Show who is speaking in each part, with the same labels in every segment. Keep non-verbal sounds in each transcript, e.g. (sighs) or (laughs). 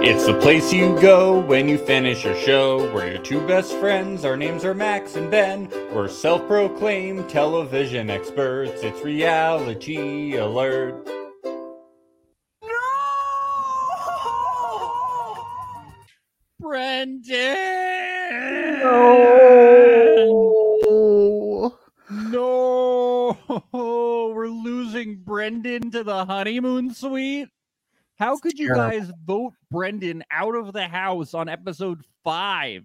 Speaker 1: It's the place you go when you finish your show. We're your two best friends. Our names are Max and Ben. We're self proclaimed television experts. It's reality alert.
Speaker 2: Brendan!
Speaker 3: No.
Speaker 2: No! We're losing Brendan to the honeymoon suite. How could you
Speaker 3: terrible.
Speaker 2: guys vote Brendan out of the house on episode five?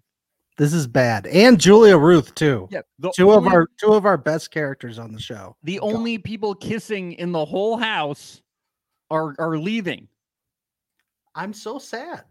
Speaker 3: This is bad. And Julia Ruth too.
Speaker 2: Yeah, the
Speaker 3: Two of
Speaker 2: only-
Speaker 3: our two of our best characters on the show.
Speaker 2: the
Speaker 3: God.
Speaker 2: only people kissing in the whole house are are leaving.
Speaker 3: I'm so sad.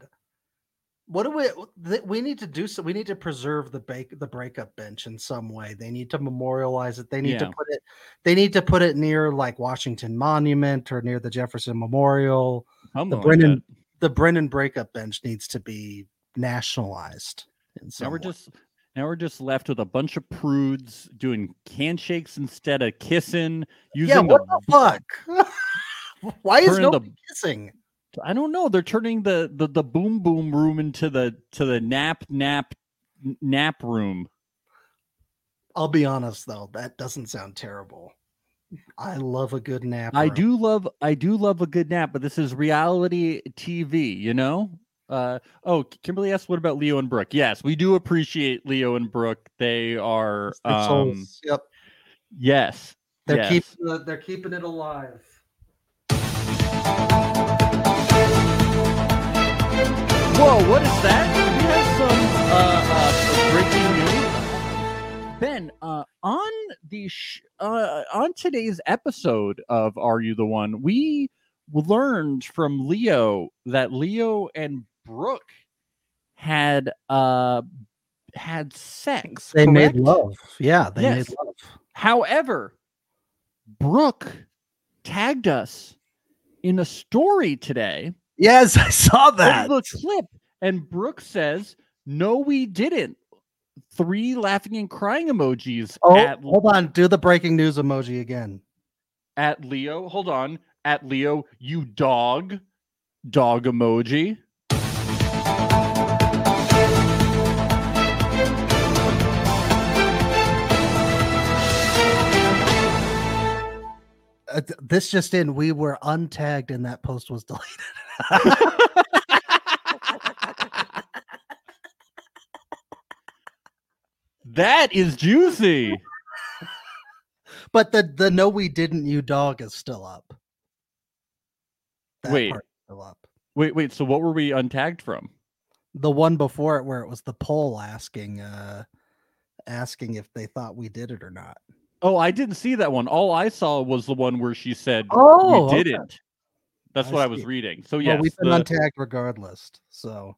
Speaker 3: What do we th- we need to do so we need to preserve the break the breakup bench in some way. They need to memorialize it. They need to
Speaker 2: Yeah.
Speaker 3: put it they need to put it near like Washington Monument or near the Jefferson Memorial.
Speaker 2: Something
Speaker 3: The
Speaker 2: like
Speaker 3: Brendan
Speaker 2: that.
Speaker 3: the Brennan breakup bench needs to be nationalized. In some
Speaker 2: Now we're
Speaker 3: way.
Speaker 2: just now we're just left with a bunch of prudes doing handshakes instead of kissing. Using
Speaker 3: yeah, what
Speaker 2: the,
Speaker 3: the fuck? (laughs) Why is
Speaker 2: Turning the-
Speaker 3: nobody kissing?
Speaker 2: I don't know. They're turning the, the the boom boom room into the to the nap nap n- nap room.
Speaker 3: I'll be honest though, that doesn't sound terrible. I love a good nap.
Speaker 2: I
Speaker 3: room.
Speaker 2: do love I do love a good nap, but this is reality TV, you know? Uh oh, Kimberly asked what about Leo and Brooke? Yes, we do appreciate Leo and Brooke. They are
Speaker 3: Their
Speaker 2: um,
Speaker 3: souls, yep.
Speaker 2: yes.
Speaker 3: They're
Speaker 2: yes.
Speaker 3: keeping the, Uh, they're keeping it alive.
Speaker 2: Whoa, what is that? We have some uh, uh, breaking news. Ben, uh, on the sh- uh, on today's episode of Are You the One, we learned from Leo that Leo and Brooke had uh, had sex.
Speaker 3: They made
Speaker 2: correct?
Speaker 3: love. Yeah, they
Speaker 2: Yes.
Speaker 3: made love.
Speaker 2: However, Brooke tagged us in a story today
Speaker 3: Yes, (laughs) I saw
Speaker 2: of the clip. And Brooke says, "No, we didn't." Three laughing and crying emojis
Speaker 3: Oh,
Speaker 2: at
Speaker 3: hold on. Do the breaking news emoji again.
Speaker 2: at Leo. Hold on, at Leo, you dog, dog emoji.
Speaker 3: Uh, th- this just in, we were untagged and that post was (laughs) deleted.
Speaker 2: That is juicy.
Speaker 3: But the the no, we didn't. You dog is still up.
Speaker 2: Wait.
Speaker 3: part's still up.
Speaker 2: Wait, wait. So what were we untagged from?
Speaker 3: the one before it where it was the poll asking uh asking if they thought we did it or not
Speaker 2: Oh, I didn't see that one. All I saw was the one where she said, "We
Speaker 3: Oh, okay.
Speaker 2: didn't." That's
Speaker 3: I
Speaker 2: what I was
Speaker 3: see.
Speaker 2: reading. So
Speaker 3: Yeah,
Speaker 2: Oh, yes,
Speaker 3: we've been
Speaker 2: the-
Speaker 3: untagged regardless so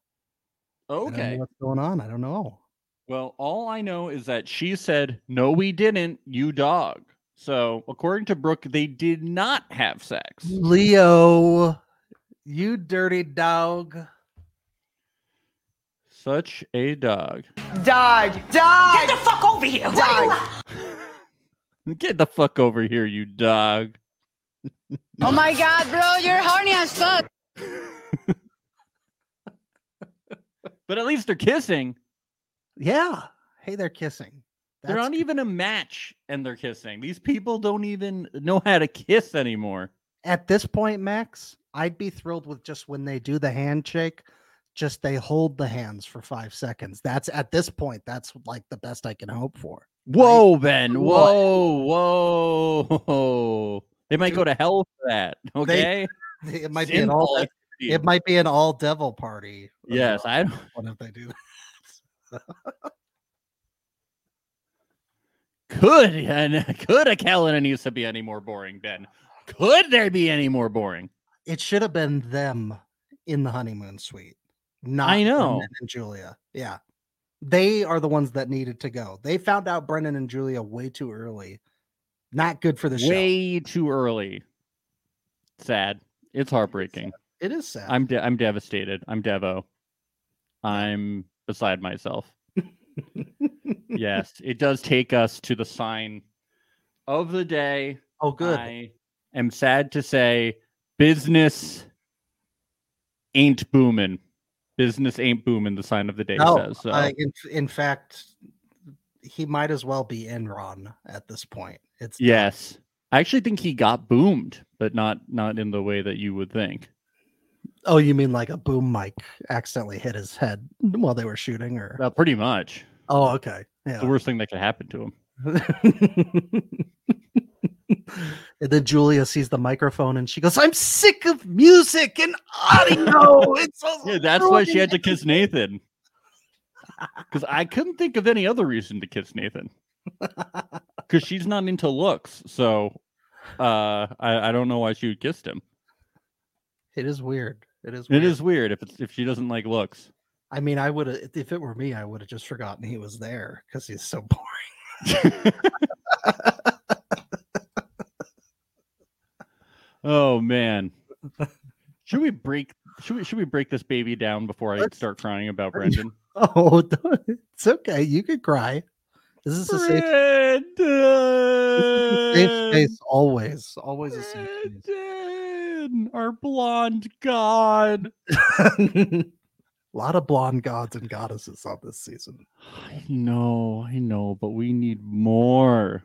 Speaker 3: I don't know
Speaker 2: okay.
Speaker 3: what's going on i don't know
Speaker 2: Well, all I know is that she said, "No, we didn't." You dog. So according to Brooke, they did not have sex.
Speaker 3: leo you dirty dog
Speaker 2: Such a dog.
Speaker 4: Dog, dog,
Speaker 5: Get the fuck over here. What
Speaker 6: Oh
Speaker 5: are you
Speaker 4: dog.
Speaker 2: Get the fuck over here, you dog.
Speaker 4: Oh my god, bro, you're horny as fuck.
Speaker 2: But at least they're kissing.
Speaker 3: yeah hey they're kissing
Speaker 2: they're
Speaker 3: That's
Speaker 2: not
Speaker 3: good.
Speaker 2: even a match, and they're kissing. These people don't even know how to kiss anymore.
Speaker 3: at this point max i'd be thrilled with just when they do the handshake just they hold the hands for five seconds that's at this point that's like the best i can hope for (laughs)
Speaker 2: Whoa, Ben.
Speaker 3: What?
Speaker 2: Whoa, whoa. They might
Speaker 3: Dude,
Speaker 2: go to hell for that. Okay.
Speaker 3: it might be an all
Speaker 2: Sinful activity.
Speaker 3: it might be an all devil party as
Speaker 2: Yes,
Speaker 3: well.
Speaker 2: I don't.
Speaker 3: (laughs) What if they do that?
Speaker 2: Could and (laughs) could a Kellen and Issa be any more boring, Ben? Could there be any more boring?
Speaker 3: It should have been them in the honeymoon suite. Not
Speaker 2: know.
Speaker 3: Brendan and Julia. Yeah. They are the ones that needed to go. They found out Brendan and Julia way too early. Not good for the show.
Speaker 2: Way too early. Sad. It's heartbreaking.
Speaker 3: It is sad.
Speaker 2: I'm de- I'm devastated. I'm Devo. I'm beside
Speaker 3: (laughs)
Speaker 2: myself. yes, it does take us to the sign of the day.
Speaker 3: oh, good.
Speaker 2: I am sad to say business ain't booming. Business ain't booming. The sign of the day
Speaker 3: No,
Speaker 2: says so.
Speaker 3: I- Uh, in, in fact, he might as well be Enron at this point. It's done.
Speaker 2: yes, I actually think he got boomed, but not not in the way that you would think.
Speaker 3: Oh, you mean like a boom mic accidentally hit his head while they were shooting, or
Speaker 2: Uh, pretty much,
Speaker 3: oh, okay,
Speaker 2: the
Speaker 3: yeah.
Speaker 2: worst thing that could happen to him.
Speaker 3: and then Julia sees the microphone and she goes, "I'm sick of music and audio." it's so
Speaker 2: (laughs) Yeah, that's why she had to kiss (laughs) Nathan. Because I couldn't think of any other reason to kiss (laughs) Nathan. Because she's not into looks, so uh, I, I don't know why she would kissed him.
Speaker 3: It is weird. It is.
Speaker 2: It
Speaker 3: Weird.
Speaker 2: is weird if it's if she doesn't like looks.
Speaker 3: I mean, I would have if it were me, I would have just forgotten he was there because he's so (laughs) boring.
Speaker 2: oh (laughs) man, should we break? Should we should we break this baby down before I start crying about Brendan?
Speaker 3: Oh, (laughs) it's okay. You could cry. This is a safe, safe
Speaker 2: Brendan,
Speaker 3: space. Always, always a safe space.
Speaker 2: Brendan, our blonde god.
Speaker 3: (laughs) a lot of blonde gods and goddesses on this season. (laughs)
Speaker 2: I know, I know, but we need more.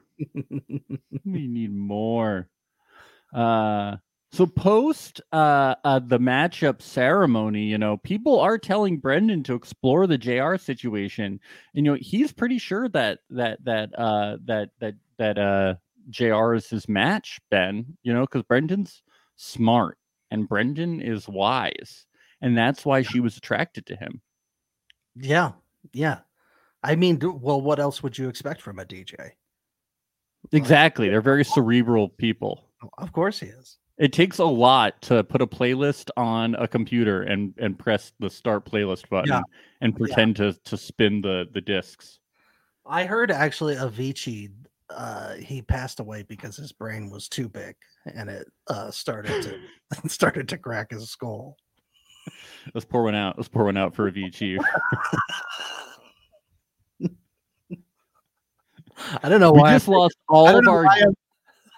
Speaker 2: we need more. Uh so post uh, uh the matchup ceremony, you know, people are telling Brendan to explore the JR situation. And you know, he's pretty sure that that that uh that that that uh JR is his match, Ben, you know, because Brendan's smart and Brendan is wise, and that's why she was attracted to him.
Speaker 3: Yeah, yeah. I mean, d- well, what else would you expect from a DJ?
Speaker 2: Exactly. They're very cerebral people.
Speaker 3: Oh, Of course, he is.
Speaker 2: It takes a lot to put a playlist on a computer and and press the start playlist button
Speaker 3: Yeah.
Speaker 2: and pretend to to spin the the discs.
Speaker 3: I heard actually Avicii. Uh, he passed away because his brain was too big and it uh, started (laughs) to started to crack his skull. (laughs)
Speaker 2: Let's pour one out. Let's pour one out for Avicii.
Speaker 3: (laughs) I don't know
Speaker 2: we
Speaker 3: why. I'm
Speaker 2: just
Speaker 3: taking-
Speaker 2: lost
Speaker 3: I
Speaker 2: all
Speaker 3: don't
Speaker 2: of
Speaker 3: know
Speaker 2: our
Speaker 3: why I'm- (laughs)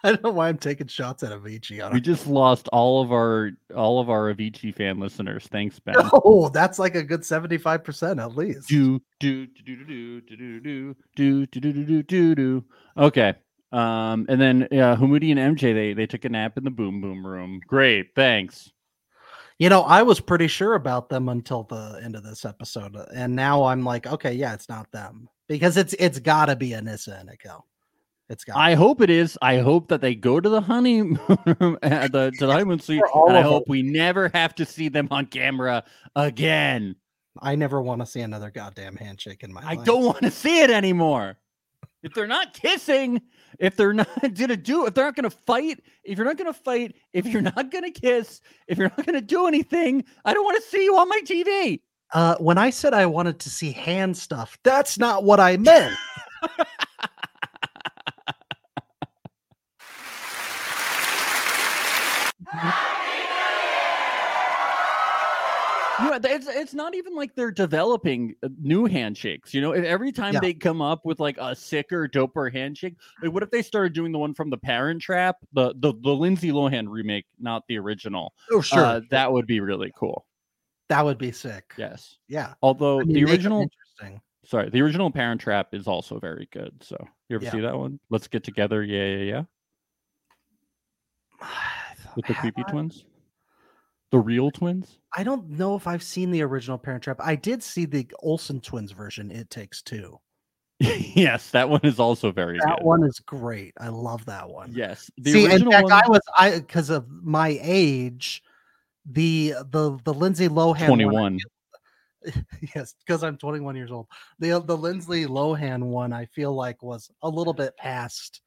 Speaker 3: I don't know why I'm taking shots at Avicii. On
Speaker 2: we just lost all of our all of our Avicii fan listeners. Thanks, Ben.
Speaker 3: (laughs) (laughs) Oh, that's like a good seventy-five percent at least.
Speaker 2: do do do do do do do do do do do do do do. Okay. Um, and then yeah, Humudi and MJ they they took a nap in the boom boom room. Great, thanks.
Speaker 3: You know, I was pretty sure about them until the end of this episode, uh, and now I'm like, okay, yeah, it's not them because it's it's got to be Anissa and Akel. It's got.
Speaker 2: I hope it is. I hope that they go to the honeymoon (laughs) uh, the, to the honeymoon suite,
Speaker 3: For all
Speaker 2: and I
Speaker 3: of
Speaker 2: hope we never have to see them on camera again.
Speaker 3: I never want to see another goddamn handshake in my
Speaker 2: I
Speaker 3: life.
Speaker 2: don't want to see it anymore. If they're not kissing, if they're (laughs) not gonna do, if they're not gonna fight, if you're not gonna fight, if you're not gonna kiss, if you're not gonna do anything, I don't want to see you on my TV.
Speaker 3: Uh, when I said I wanted to see hand stuff, that's not what I meant.
Speaker 2: You know, it's it's not even like they're developing uh, new handshakes. You know, if every time
Speaker 3: Yeah.
Speaker 2: they come up with like a sicker, doper handshake, like what if they started doing the one from the Parent Trap, the the, the Lindsay Lohan remake, not the original?
Speaker 3: (laughs) oh, sure,
Speaker 2: uh, that would be really cool.
Speaker 3: that would be sick.
Speaker 2: Yes,
Speaker 3: yeah.
Speaker 2: although
Speaker 3: I mean,
Speaker 2: the
Speaker 3: make it
Speaker 2: original,
Speaker 3: interesting. (sighs)
Speaker 2: sorry, the original Parent Trap is also very good. So you ever
Speaker 3: Yeah.
Speaker 2: see that one? Let's get together, yeah, yeah, yeah, with the creepy twins, the real twins. (laughs)
Speaker 3: I don't know if I've seen the original Parent Trap. I did see the Olsen twins version. It takes two.
Speaker 2: yes, that one is also very
Speaker 3: That
Speaker 2: good.
Speaker 3: one is great. I love that one.
Speaker 2: Yes,
Speaker 3: See, in fact,
Speaker 2: one-
Speaker 3: I was I because of my age, the the the Lindsay Lohan one I
Speaker 2: 21.
Speaker 3: feel- (laughs) yes, because I'm 21 years old. The the Lindsay Lohan one I feel like was a little bit past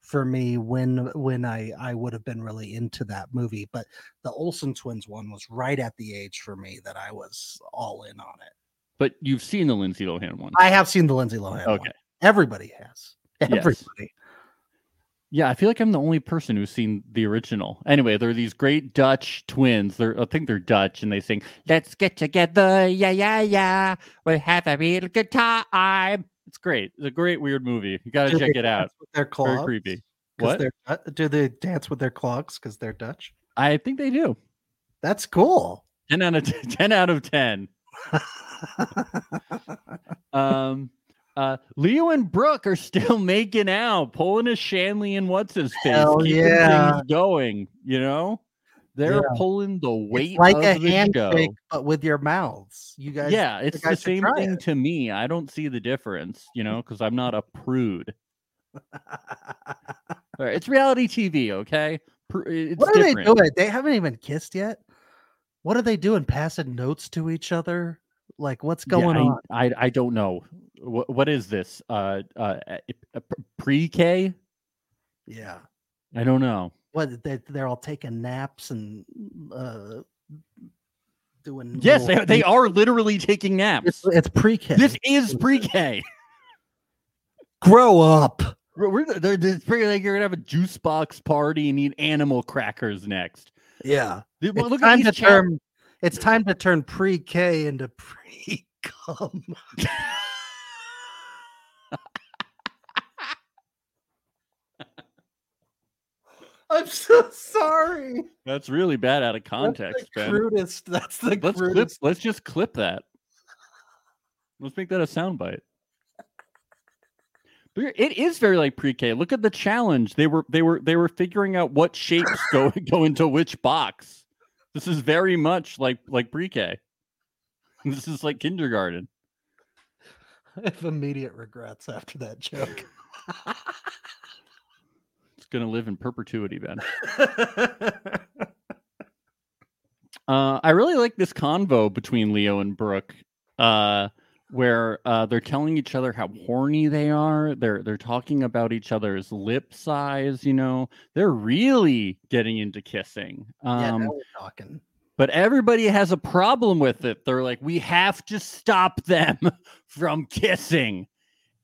Speaker 3: for me when when I I would have been really into that movie, but the Olsen twins one was right at the age for me that I was all in on it.
Speaker 2: But you've seen the Lindsay Lohan one.
Speaker 3: I have seen the Lindsay Lohan. one.
Speaker 2: okay.
Speaker 3: everybody has.
Speaker 2: Yes.
Speaker 3: Everybody.
Speaker 2: Yeah, I feel like I'm the only person who's seen the original. Anyway, they're these great Dutch twins. They're I think they're Dutch and they sing, Let's get together, yeah, yeah, yeah. We'll have a real good time. It's great. It's a great weird movie. You gotta
Speaker 3: Do
Speaker 2: check
Speaker 3: they
Speaker 2: it out.
Speaker 3: dance With their
Speaker 2: Very
Speaker 3: claws.
Speaker 2: creepy.
Speaker 3: 'Cause
Speaker 2: What?
Speaker 3: they're Du- do they dance with their clogs because they're Dutch?
Speaker 2: I think they do.
Speaker 3: That's cool. (laughs)
Speaker 2: (laughs) Ten out of ten, 10 out of ten. Um, uh, Leo and Brooke are still (laughs) making out, pulling a Shanley and what's his face,
Speaker 3: Hell
Speaker 2: keeping
Speaker 3: yeah.
Speaker 2: things going. You know, they're
Speaker 3: Yeah.
Speaker 2: pulling the weight
Speaker 3: It's like
Speaker 2: of
Speaker 3: a
Speaker 2: the
Speaker 3: handshake,
Speaker 2: show.
Speaker 3: but with your mouths. You guys, (laughs)
Speaker 2: Yeah, it's the
Speaker 3: guys should
Speaker 2: same
Speaker 3: try
Speaker 2: thing
Speaker 3: it.
Speaker 2: to me. I don't see the difference, you know, because I'm not a prude. All right, it's reality TV, okay? Pr- It's
Speaker 3: what are
Speaker 2: different.
Speaker 3: they doing? They haven't even kissed yet. What are they doing? Passing notes to each other? Like, what's
Speaker 2: Yeah,
Speaker 3: going
Speaker 2: I,
Speaker 3: on?
Speaker 2: I I don't know. What what is this? Uh, uh, pre K?
Speaker 3: Yeah.
Speaker 2: I don't know.
Speaker 3: What they, they're all taking naps and uh, doing.
Speaker 2: Yes, they,
Speaker 3: little-
Speaker 2: they are literally taking
Speaker 3: It's,
Speaker 2: naps.
Speaker 3: it's pre-K. (laughs)
Speaker 2: This is pre K.
Speaker 3: grow up.
Speaker 2: We're we're- they're, they're pretty like you're gonna have a juice box party and eat animal crackers next.
Speaker 3: Yeah.
Speaker 2: Dude,
Speaker 3: It's
Speaker 2: well, look at
Speaker 3: time
Speaker 2: these
Speaker 3: to
Speaker 2: chat- (laughs)
Speaker 3: turn. It's time to turn pre-K into pre-cum. (laughs) I'm so sorry.
Speaker 2: That's really bad out of
Speaker 3: That's
Speaker 2: context,
Speaker 3: the
Speaker 2: Ben.
Speaker 3: crudest. That's the
Speaker 2: Let's clip.
Speaker 3: crudest.
Speaker 2: Let's just clip that. Let's make that a soundbite. But you're- it is very like pre-K. Look at the challenge. They were they were they were figuring out what shapes go (laughs) go into which box. This is very much like like pre-K. (laughs) This is like kindergarten.
Speaker 3: I (laughs) have immediate regrets after that (laughs) joke.
Speaker 2: It's gonna live in perpetuity, Ben. Uh, I really like this convo between Leo and Brooke, uh, where uh, they're telling each other how horny they are. They're they're talking about each other's lip size. You know, they're really getting into kissing.
Speaker 3: yeah,
Speaker 2: Um,
Speaker 3: now we're talking.
Speaker 2: But everybody has a problem with it. They're like, we have to stop them (laughs) from kissing.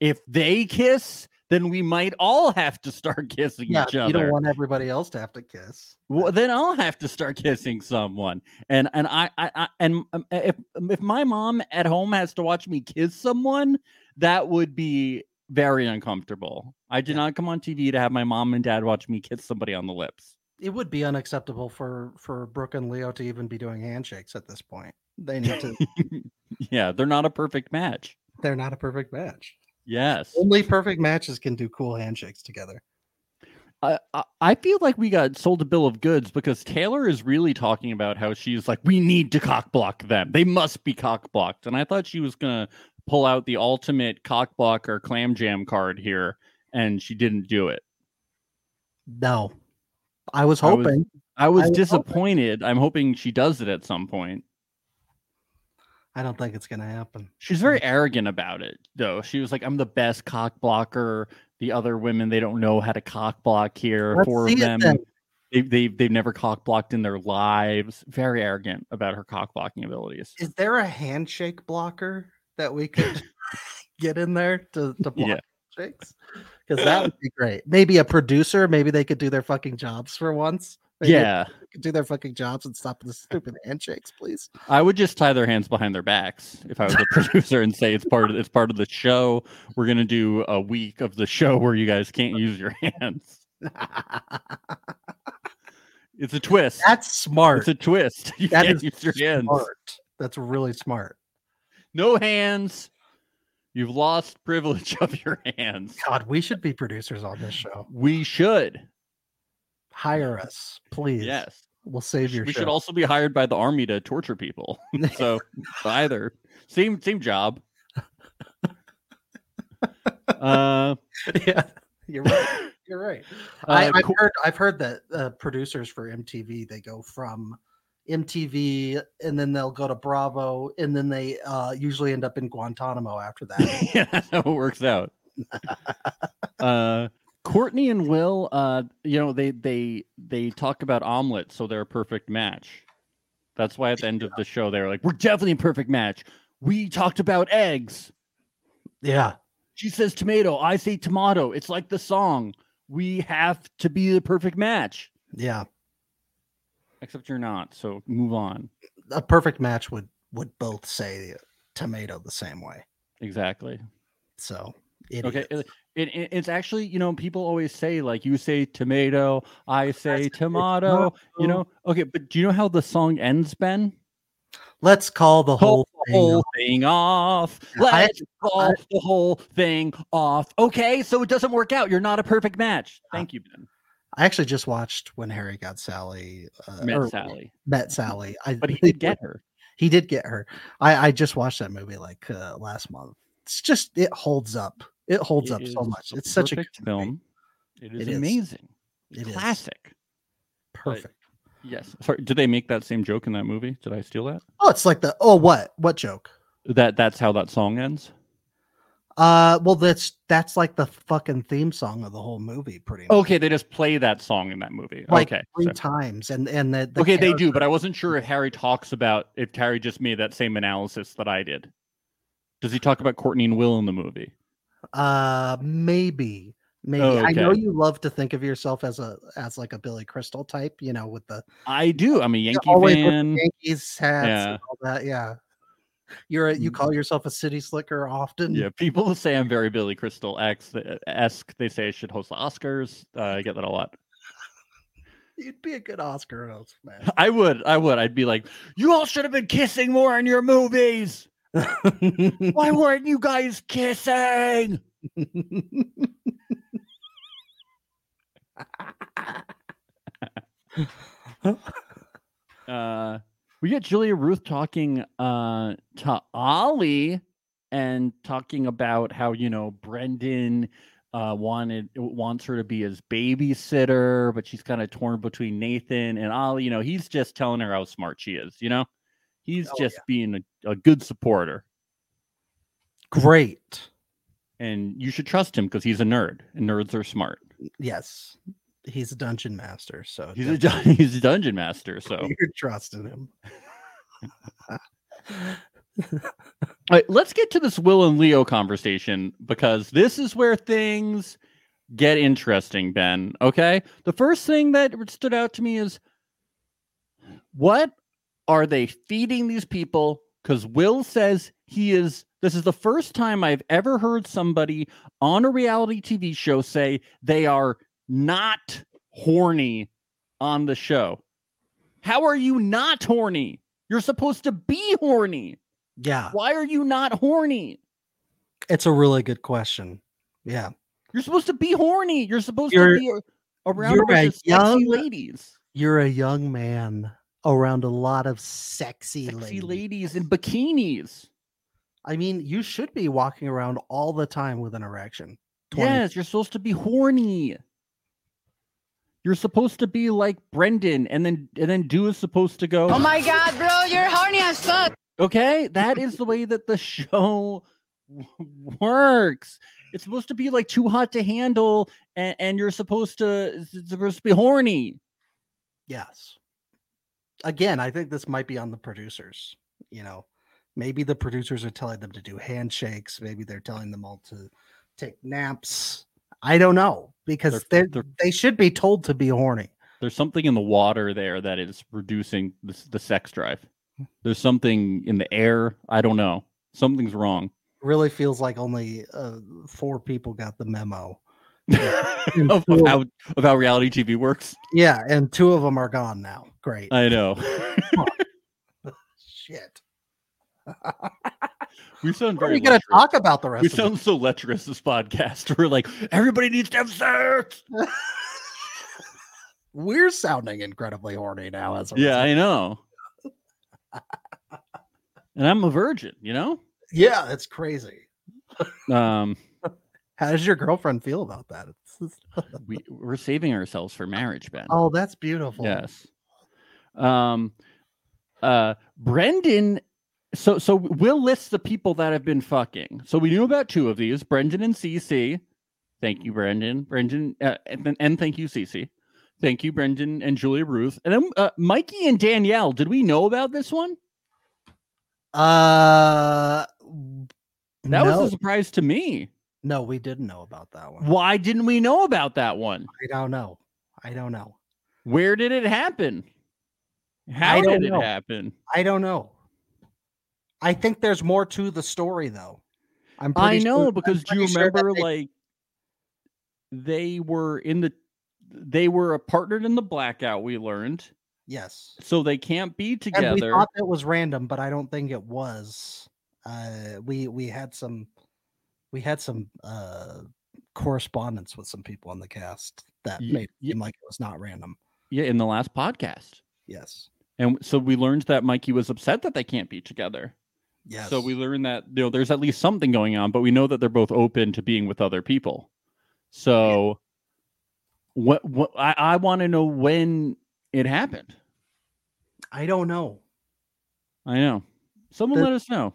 Speaker 2: If they kiss, then we might all have to start kissing
Speaker 3: Yeah,
Speaker 2: each other.
Speaker 3: you don't want everybody else to have to kiss.
Speaker 2: Well, then I'll have to start kissing someone, and and I, I, I and um, if if my mom at home has to watch me kiss someone, that would be very uncomfortable. I did
Speaker 3: Yeah.
Speaker 2: not come on TV to have my mom and dad watch me kiss somebody on the lips.
Speaker 3: it would be unacceptable for for Brooke and Leo to even be doing handshakes at this point. They need (laughs) to.
Speaker 2: yeah, they're not a perfect match.
Speaker 3: they're not a perfect match.
Speaker 2: Yes,
Speaker 3: Only perfect matches can do cool handshakes together.
Speaker 2: I, I- I feel like we got sold a bill of goods because Taylor is really talking about how she's like, we need to cock block them. They must be cock blocked. And I thought she was going to pull out the ultimate cock blocker clam jam card here, and she didn't do it.
Speaker 3: No, I was
Speaker 2: I was-
Speaker 3: hoping.
Speaker 2: I was
Speaker 3: was hoping-
Speaker 2: disappointed. I'm hoping she does it at some point.
Speaker 3: I, don't think it's going to happen.
Speaker 2: She's very arrogant about it, though. She was like, I'm the best cock blocker. The other women, they don't know how to cock block here.
Speaker 3: Let's
Speaker 2: Four
Speaker 3: see
Speaker 2: of
Speaker 3: it
Speaker 2: them.
Speaker 3: then.
Speaker 2: they've, they've, they've never cock blocked in their lives. Very arrogant about her cock blocking abilities.
Speaker 3: Is there a handshake blocker that we
Speaker 2: (laughs)
Speaker 3: could (laughs) get in there to, to block
Speaker 2: Yeah.
Speaker 3: handshakes? Because that would be great. Maybe a producer. Maybe they could do their fucking jobs for once. Maybe
Speaker 2: yeah,
Speaker 3: they could do their fucking jobs and stop the stupid handshakes, (laughs) please.
Speaker 2: I would just tie their hands behind their backs if I was a (laughs) producer and say it's part of it's part of the show. We're gonna do a week of the show where you guys can't use your (laughs) hands. It's a twist.
Speaker 3: That's smart.
Speaker 2: it's a twist. (laughs) You
Speaker 3: That
Speaker 2: can't
Speaker 3: is
Speaker 2: use your hands.
Speaker 3: smart. That's really smart.
Speaker 2: No hands. You've lost privilege (laughs) of your hands.
Speaker 3: God, we should be producers on this show.
Speaker 2: We should.
Speaker 3: Hire us, please.
Speaker 2: Yes.
Speaker 3: We'll save your
Speaker 2: we
Speaker 3: show.
Speaker 2: should also be hired by the army to torture people. so either same same job. Uh,
Speaker 3: (laughs) yeah. You're right. You're right. I,
Speaker 2: Uh,
Speaker 3: I've
Speaker 2: cool.
Speaker 3: heard I've heard that uh, producers for MTV they go from MTV and then they'll go to Bravo and then they uh, usually end up in Guantanamo after that.
Speaker 2: (laughs) (laughs) yeah, that's how it works out. uh, Courtney and Will, uh, you know, they they they talk about omelets, so they're a perfect match. That's why at the end of the show they were like, "We're definitely a perfect match." We talked about eggs.
Speaker 3: yeah.
Speaker 2: She says tomato. I say tomato. It's like the song. We have to be the perfect match.
Speaker 3: Yeah.
Speaker 2: Except you're not. So move on.
Speaker 3: A perfect match would would both say tomato the same way.
Speaker 2: Exactly.
Speaker 3: So
Speaker 2: Okay.
Speaker 3: idiots.
Speaker 2: It, it- it's actually, you know, people always say, like, you say tomato, I say tomato, you know. Okay. But do you know how the song ends, Ben?
Speaker 3: Let's call the whole
Speaker 2: Call the
Speaker 3: thing.
Speaker 2: whole thing off. Let's call the whole thing off. Okay, so it doesn't work out. You're not a perfect match.
Speaker 3: Uh,
Speaker 2: Thank you, Ben.
Speaker 3: I actually just watched when Harry got Sally. Uh,
Speaker 2: Met
Speaker 3: or
Speaker 2: Sally.
Speaker 3: Met Sally. I,
Speaker 2: But he did get her.
Speaker 3: He did get her. I, I just watched that movie like uh, last month. It's just it holds up. It holds
Speaker 2: It
Speaker 3: up so
Speaker 2: is
Speaker 3: much.
Speaker 2: a
Speaker 3: It's such a
Speaker 2: perfect
Speaker 3: good movie.
Speaker 2: film. It is
Speaker 3: It is.
Speaker 2: amazing.
Speaker 3: It is
Speaker 2: Classic.
Speaker 3: perfect.
Speaker 2: Yes. Sorry, did they make that same joke in that movie? Did I steal that?
Speaker 3: Oh, it's like the oh what what joke?
Speaker 2: That that's how that song ends.
Speaker 3: Uh, well that's that's like the fucking theme song of the whole movie, pretty much.
Speaker 2: Okay, they just play that song in that movie.
Speaker 3: Like
Speaker 2: okay.
Speaker 3: three
Speaker 2: so-
Speaker 3: times, and and the, the
Speaker 2: Okay, they
Speaker 3: character-
Speaker 2: do, but I wasn't sure if Harry talks about if Harry just made that same analysis that I did. Does he talk about Courtney and Will in the movie?
Speaker 3: Uh, maybe, maybe.
Speaker 2: Oh,
Speaker 3: I know
Speaker 2: okay.
Speaker 3: you love to think of yourself as a as like a Billy Crystal type, you know, with the
Speaker 2: I do. I'm a Yankee
Speaker 3: always with the
Speaker 2: fan.
Speaker 3: Yankees
Speaker 2: Mm.
Speaker 3: hats
Speaker 2: Yeah.
Speaker 3: and all that. Yeah, you're a, you
Speaker 2: Mm.
Speaker 3: call yourself a city slicker often.
Speaker 2: Yeah, people (laughs) say I'm very Billy Crystal esque. They say I should host the Oscars. Uh, I get that a lot.
Speaker 3: You'd be a good Oscar host, man.
Speaker 2: I would. I would. I'd be like, you all should have been kissing more in your movies. Why weren't you guys kissing? (laughs) Uh, we got Julia Ruth talking uh, to Ollie and talking about how you know Brendan uh, wanted wants her to be his babysitter, but she's kind of torn between Nathan and Ollie. You know, he's just telling her how smart she is. You know, he's
Speaker 3: Oh,
Speaker 2: just being a, a good supporter,
Speaker 3: Great.
Speaker 2: and you should trust him because he's a nerd, and nerds are smart.
Speaker 3: Yes, he's a dungeon master, so
Speaker 2: He's a dun- (laughs) he's a dungeon master,
Speaker 3: (laughs)
Speaker 2: so.
Speaker 3: definitely you're trusting
Speaker 2: (laughs)
Speaker 3: him.
Speaker 2: All right, let's get to this Will and Leo conversation because this is where things get interesting, Ben. Okay. The first thing that stood out to me is what are they feeding these people? Because Will says he is. This is the first time I've ever heard somebody on a reality TV show say they are not horny on the show. How are you not horny? You're supposed to be horny.
Speaker 3: Yeah,
Speaker 2: Why are you not horny?
Speaker 3: it's a really good question. Yeah,
Speaker 2: You're supposed to be horny. You're supposed
Speaker 3: You're-
Speaker 2: to be a- around
Speaker 3: you're
Speaker 2: a bunch
Speaker 3: a
Speaker 2: of sexy
Speaker 3: young
Speaker 2: ladies,
Speaker 3: you're a young man around a lot of sexy,
Speaker 2: sexy
Speaker 3: ladies.
Speaker 2: ladies in bikinis.
Speaker 3: I mean, you should be walking around all the time with an erection. 20
Speaker 2: Yes, you're supposed to be horny. You're supposed to be like Brendan, and then and then Do is supposed to go.
Speaker 4: Oh my god, bro, you're horny as fuck.
Speaker 2: Okay, that is the way that the show (laughs) works. It's supposed to be like too hot to handle, and, and you're supposed to it's supposed to be horny.
Speaker 3: Yes. Again, I think this might be on the producers. You know, maybe the producers are telling them to do handshakes. Maybe they're telling them all to take naps. I don't know because
Speaker 2: They're-
Speaker 3: they're,
Speaker 2: they're-
Speaker 3: they should be told to be horny.
Speaker 2: there's something in the water there that is reducing the, s- the sex drive. There's something in the air. I don't know. Something's
Speaker 3: (laughs)
Speaker 2: wrong.
Speaker 3: Really feels like only uh, four people got the memo.
Speaker 2: (laughs) of, of how, of how reality TV works.
Speaker 3: Yeah, and two of them are gone now. Great.
Speaker 2: I know. (laughs)
Speaker 3: Shit.
Speaker 2: We sound
Speaker 3: What are
Speaker 2: very.
Speaker 3: you going to
Speaker 2: lecherous.
Speaker 3: talk about the rest
Speaker 2: We
Speaker 3: of the
Speaker 2: sound so lecherous this podcast. (laughs) We're like everybody needs to have sex.
Speaker 3: we're sounding incredibly horny now as a
Speaker 2: Yeah,
Speaker 3: result.
Speaker 2: I know. And I'm a virgin, you know.
Speaker 3: yeah it's crazy
Speaker 2: Um,
Speaker 3: how does your girlfriend feel about that It's- it's-
Speaker 2: we we're saving ourselves for marriage, Ben.
Speaker 3: oh that's beautiful
Speaker 2: Yes. Um uh Brendan so so we'll list the people that have been fucking. So we knew about two of these, Brendan and CC. Thank you Brendan. Brendan uh, and, then- and thank you CC. Thank you Brendan and Julia Ruth. And then uh, Mikey and Danielle, did we know about this one?
Speaker 3: uh w-
Speaker 2: That
Speaker 3: no,
Speaker 2: was a surprise to me.
Speaker 3: no we didn't know about that one
Speaker 2: Why didn't we know about that one?
Speaker 3: i don't know i don't know
Speaker 2: Where did it happen? How
Speaker 3: don't
Speaker 2: did it
Speaker 3: know.
Speaker 2: happen?
Speaker 3: i don't know i think there's more to the story though i'm
Speaker 2: I
Speaker 3: pretty sure-
Speaker 2: know
Speaker 3: I'm
Speaker 2: because do you
Speaker 3: pretty sure that
Speaker 2: remember
Speaker 3: they-
Speaker 2: like they were in the they were a partnered in the blackout we learned
Speaker 3: Yes.
Speaker 2: so they can't be
Speaker 3: And we
Speaker 2: together.
Speaker 3: thought that was random, but I don't think it was. Uh, we we had some we had some uh, correspondence with some people on the cast that
Speaker 2: Ye-
Speaker 3: made it
Speaker 2: ye-
Speaker 3: seem like it was not random.
Speaker 2: yeah, in the last podcast,
Speaker 3: Yes.
Speaker 2: and so we learned that Mikey was upset that they can't be together.
Speaker 3: Yes.
Speaker 2: So we learned that you know there's at least something going on, but we know that they're both open to being with other people. So, what what I, I want to know when it happened.
Speaker 3: I don't know.
Speaker 2: I know someone
Speaker 3: The-
Speaker 2: let us know.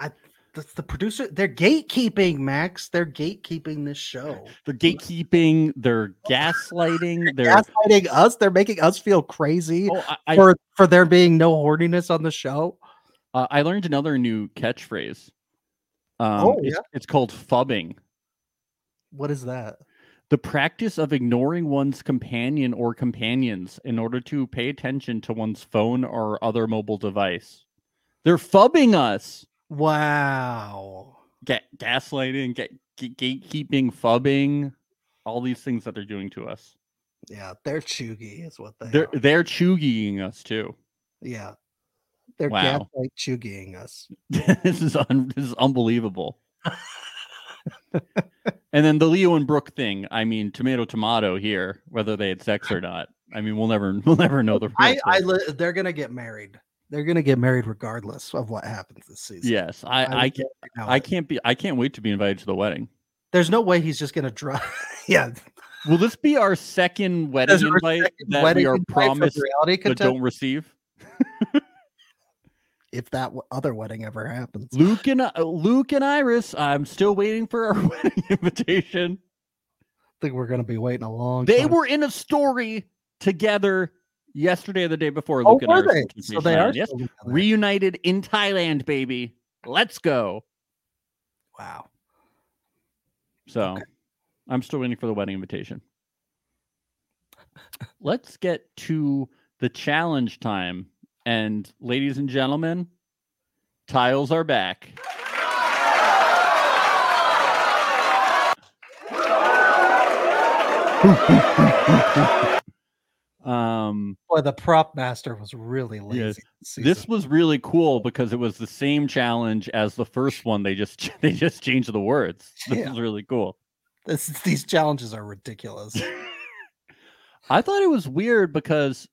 Speaker 3: The, the producer they're gatekeeping, Max. They're gatekeeping this show.
Speaker 2: They're gatekeeping. They're
Speaker 3: (laughs)
Speaker 2: gaslighting. They're
Speaker 3: gaslighting us. They're making us feel crazy
Speaker 2: oh, I, I,
Speaker 3: for for there being no horniness on the show.
Speaker 2: uh, I learned another new catchphrase. Um,
Speaker 3: Oh,
Speaker 2: it's, it's called fubbing.
Speaker 3: What is that?
Speaker 2: The practice of ignoring one's companion or companions in order to pay attention to one's phone or other mobile device. They're fubbing us.
Speaker 3: Wow.
Speaker 2: Ga- gaslighting, ga- ga- gatekeeping, fubbing, all these things that they're doing to us.
Speaker 3: Yeah, they're chuggy is what they
Speaker 2: They're
Speaker 3: are.
Speaker 2: they're chuggying us too.
Speaker 3: Yeah. They're
Speaker 2: Wow.
Speaker 3: gaslight chuggying us.
Speaker 2: (laughs) this is un- this is unbelievable. and then the Leo and Brooke thing. I mean, tomato tomato here, whether they had sex or not. I mean, we'll never (laughs) we'll never know the. real
Speaker 3: I, I
Speaker 2: truth.
Speaker 3: li- they're gonna get married. They're gonna get married regardless of what happens this season.
Speaker 2: yes, I I,
Speaker 3: would
Speaker 2: can't
Speaker 3: right now
Speaker 2: I
Speaker 3: that-
Speaker 2: can't be I can't wait to be invited to the wedding.
Speaker 3: There's no way he's just gonna drive. (laughs) yeah,
Speaker 2: Will this be our second wedding
Speaker 3: As our
Speaker 2: invite
Speaker 3: second
Speaker 2: that
Speaker 3: wedding
Speaker 2: we are
Speaker 3: invite from
Speaker 2: promised
Speaker 3: reality
Speaker 2: but
Speaker 3: contest,
Speaker 2: don't receive?
Speaker 3: if that w- other wedding ever happens.
Speaker 2: Luke and uh, Luke and Iris, I'm still waiting for our (laughs) wedding invitation.
Speaker 3: I think we're gonna be waiting a long
Speaker 2: They
Speaker 3: time.
Speaker 2: were in a story together yesterday or the day before.
Speaker 3: oh,
Speaker 2: Luke and
Speaker 3: were
Speaker 2: Iris
Speaker 3: they?
Speaker 2: on
Speaker 3: So
Speaker 2: Temptation
Speaker 3: they are
Speaker 2: Island. Yes,
Speaker 3: still together.
Speaker 2: reunited in Thailand, baby. Let's go.
Speaker 3: wow.
Speaker 2: So I'm still waiting for the wedding invitation. Let's get to the challenge time. And ladies and gentlemen, tiles are back. (laughs) um
Speaker 3: Boy, the prop master was really lazy.
Speaker 2: Yes.
Speaker 3: season.
Speaker 2: This was really cool because it was the same challenge as the first one. They just (laughs) ch- they just changed the words. This
Speaker 3: Yeah.
Speaker 2: is really cool.
Speaker 3: (laughs) This, these challenges are ridiculous.
Speaker 2: I thought it was weird because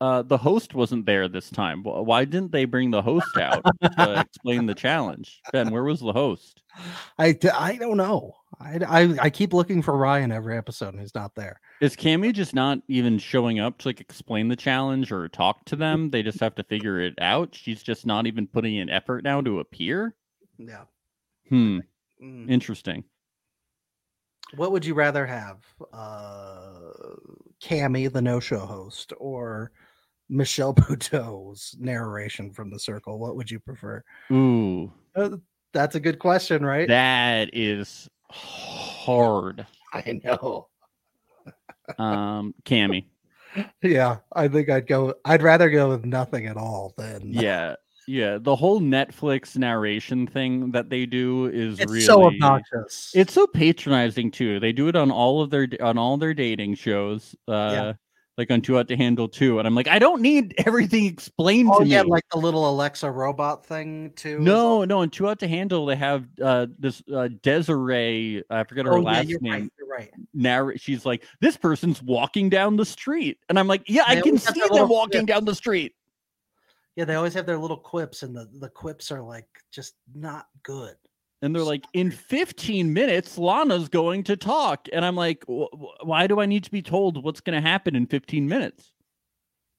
Speaker 2: uh, the host wasn't there this time. Wh- Why didn't they bring the host out to explain the challenge? Ben, where was the host?
Speaker 3: I, d- I don't know. I, I I keep looking for Ryan every episode, and he's not there.
Speaker 2: Is Cammy just not even showing up to like explain the challenge or talk to them? They just have to figure it out. She's just not even putting in effort now to appear.
Speaker 3: Yeah.
Speaker 2: Hmm,
Speaker 3: Mm.
Speaker 2: interesting.
Speaker 3: What would you rather have, uh, Cammy, the no-show host, or Michelle (laughs) Buteau's narration from the Circle? What would you prefer?
Speaker 2: Ooh.
Speaker 3: Uh, That's a good question, right?
Speaker 2: That is hard.
Speaker 3: I know.
Speaker 2: Um, Cammy.
Speaker 3: Yeah, I think I'd go. I'd rather go with nothing at all than
Speaker 2: Yeah. Yeah. The whole Netflix narration thing that they do is
Speaker 3: (laughs) It's
Speaker 2: really
Speaker 3: so obnoxious.
Speaker 2: It's so patronizing too. They do it on all of their on all their dating shows. Uh like on Too Hot to Handle too. And I'm like, I don't need (laughs) everything explained
Speaker 3: oh
Speaker 2: to
Speaker 3: yeah,
Speaker 2: me.
Speaker 3: like the little Alexa robot thing too. is all-
Speaker 2: no, no, on Too Hot to Handle, they have uh this uh Desiree, I forget her
Speaker 3: Oh, yeah,
Speaker 2: last
Speaker 3: you're
Speaker 2: name.
Speaker 3: right. You're right.
Speaker 2: narrate she's like this person's walking down the street and i'm like yeah i
Speaker 3: They
Speaker 2: can
Speaker 3: always have
Speaker 2: see
Speaker 3: their
Speaker 2: them
Speaker 3: little
Speaker 2: walking down the street
Speaker 3: Yeah, they always have their little quips, and the, the quips are like just not good.
Speaker 2: and they're like in 15 minutes lana's going to talk and i'm like "Wh- wh- why do i need to be told what's going to happen in 15 minutes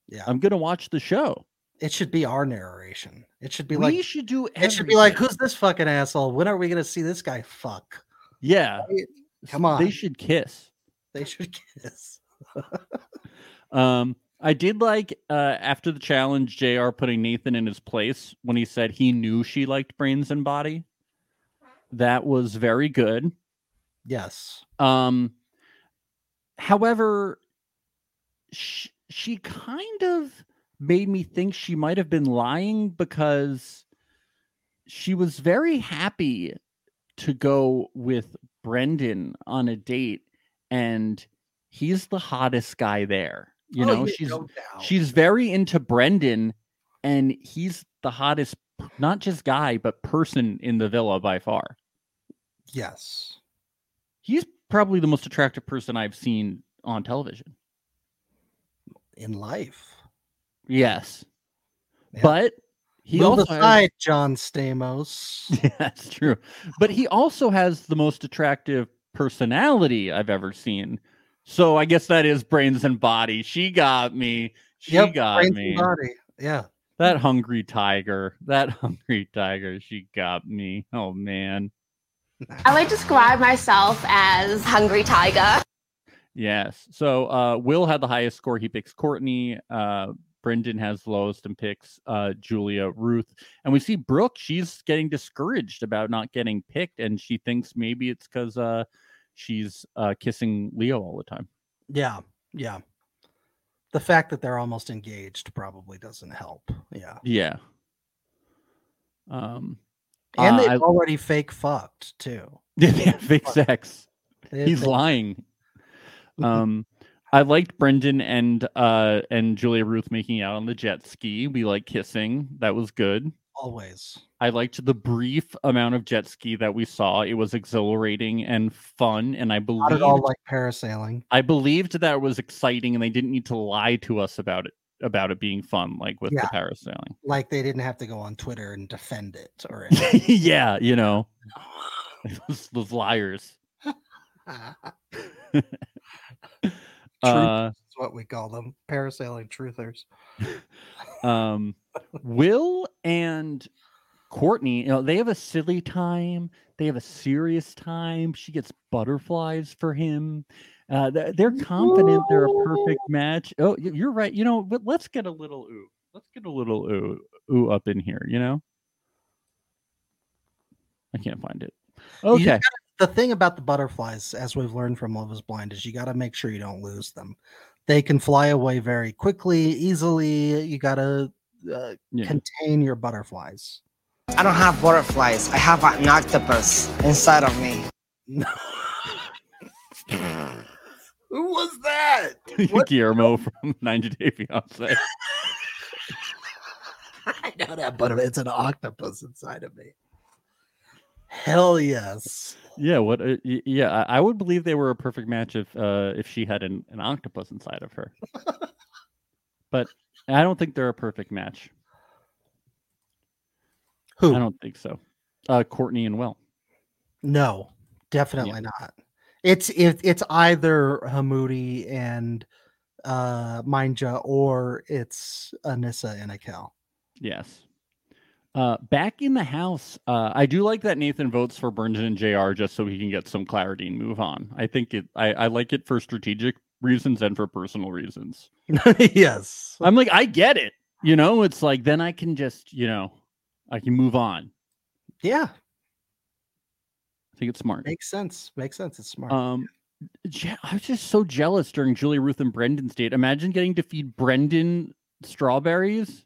Speaker 3: Yeah.
Speaker 2: i'm going to watch the show
Speaker 3: It should be our narration. It should be
Speaker 2: we
Speaker 3: like
Speaker 2: should do everything.
Speaker 3: it should be like who's this fucking asshole? When are we gonna see this guy fuck?
Speaker 2: yeah
Speaker 3: Right? Come on,
Speaker 2: they should kiss
Speaker 3: they should (laughs) kiss.
Speaker 2: Um, I did like uh, after the challenge, Jr. putting Nathan in his place when he said he knew she liked brains and body. That was very good.
Speaker 3: Yes,
Speaker 2: Um, however, she, she kind of made me think she might have been lying because she was very happy to go with Brendan on a date, and he's the hottest guy there. You
Speaker 3: Oh,
Speaker 2: know,
Speaker 3: yeah,
Speaker 2: she's
Speaker 3: no doubt.
Speaker 2: she's very into Brendan, and he's the hottest, p- not just guy, but person in the villa by far.
Speaker 3: yes.
Speaker 2: He's probably the most attractive person I've seen on television.
Speaker 3: In life.
Speaker 2: Yes,
Speaker 3: Yeah.
Speaker 2: but he
Speaker 3: Move
Speaker 2: also has-
Speaker 3: aside, John Stamos.
Speaker 2: (laughs) Yeah, (laughs) that's true. But he also has the most attractive personality I've ever seen. So I guess that is brains and body. She got me. She
Speaker 3: Yep,
Speaker 2: got
Speaker 3: brains and
Speaker 2: me.
Speaker 3: body. Yeah.
Speaker 2: That hungry tiger. That (laughs) hungry tiger. She got me. Oh man.
Speaker 6: I like to describe myself as hungry tiger.
Speaker 2: Yes. So uh, Will had the highest score. He picks Courtney. Uh, Brendan has the lowest and picks uh, Julia Ruth. And we see Brooke. She's getting discouraged about not getting picked, and she thinks maybe it's because uh, she's uh, kissing Leo all the time.
Speaker 3: Yeah. Yeah. The fact that they're almost engaged probably doesn't help. Yeah.
Speaker 2: Yeah. Um.
Speaker 3: And
Speaker 2: uh,
Speaker 3: they've
Speaker 2: I-
Speaker 3: already fake fucked too.
Speaker 2: yeah, (laughs) they
Speaker 3: (laughs)
Speaker 2: have fake
Speaker 3: Fuck.
Speaker 2: sex.
Speaker 3: They-
Speaker 2: He's
Speaker 3: they- (laughs)
Speaker 2: lying. Um. I liked Brendan and uh and Julia Ruth making out on the jet ski. We like kissing. That was good.
Speaker 3: always.
Speaker 2: I liked the brief amount of jet ski that we saw. It was exhilarating and fun, and I
Speaker 3: Not
Speaker 2: believed
Speaker 3: at all like parasailing.
Speaker 2: I believed that it was exciting, and they didn't need to lie to us about it about it being fun, like with
Speaker 3: Yeah.
Speaker 2: the parasailing. (laughs)
Speaker 3: Like they didn't have to go on Twitter and defend it or anything.
Speaker 2: (laughs)
Speaker 3: (laughs)
Speaker 2: yeah, you know, (laughs) those, those liars.
Speaker 3: That's
Speaker 2: Uh,
Speaker 3: what we call them. Parasailing truthers.
Speaker 2: um, Will and Courtney, you know, they have a silly time. They have a serious time. She gets butterflies for him. Uh, they're, they're confident they're a perfect match. Oh, y- you're right. You know, but let's get a little ooh. Let's get a little ooh ooh up in here. You know, I can't find it.
Speaker 3: You
Speaker 2: Okay.
Speaker 3: gotta- the thing about the butterflies, as we've learned from Love is Blind, is you got to make sure you don't lose them. They can fly away very quickly, easily. You got to uh,
Speaker 2: Yeah.
Speaker 3: contain your butterflies.
Speaker 5: I don't have butterflies. I have an octopus inside of me.
Speaker 3: (laughs) Who was that? (laughs)
Speaker 2: (laughs) Guillermo from 90 Day Fiance.
Speaker 3: I know that butterfly. It's an octopus inside of me. Hell yes.
Speaker 2: Yeah, what? Uh, y- yeah, I, I would believe they were a perfect match if uh, if she had an, an octopus inside of her. but I don't think they're a perfect match. I
Speaker 3: Who?
Speaker 2: don't think so. Uh, Courtney and Will.
Speaker 3: No, definitely not. It's it, it's either Hamudi and uh Mindja or it's Anissa and Akel. (laughs)
Speaker 2: Yes. Uh, back in the house, uh, I do like that Nathan votes for Brendan and Jr. just so he can get some clarity and move on. I think it. I, I like it for strategic reasons and for personal reasons.
Speaker 3: yes.
Speaker 2: I'm like, I get it. You know, it's like then I can just you know, I can move on.
Speaker 3: Yeah,
Speaker 2: I think it's smart.
Speaker 3: makes sense. Makes sense. It's smart.
Speaker 2: Um, je- I was just so jealous during Julie Ruth and Brendan's date. Imagine getting to feed Brendan strawberries.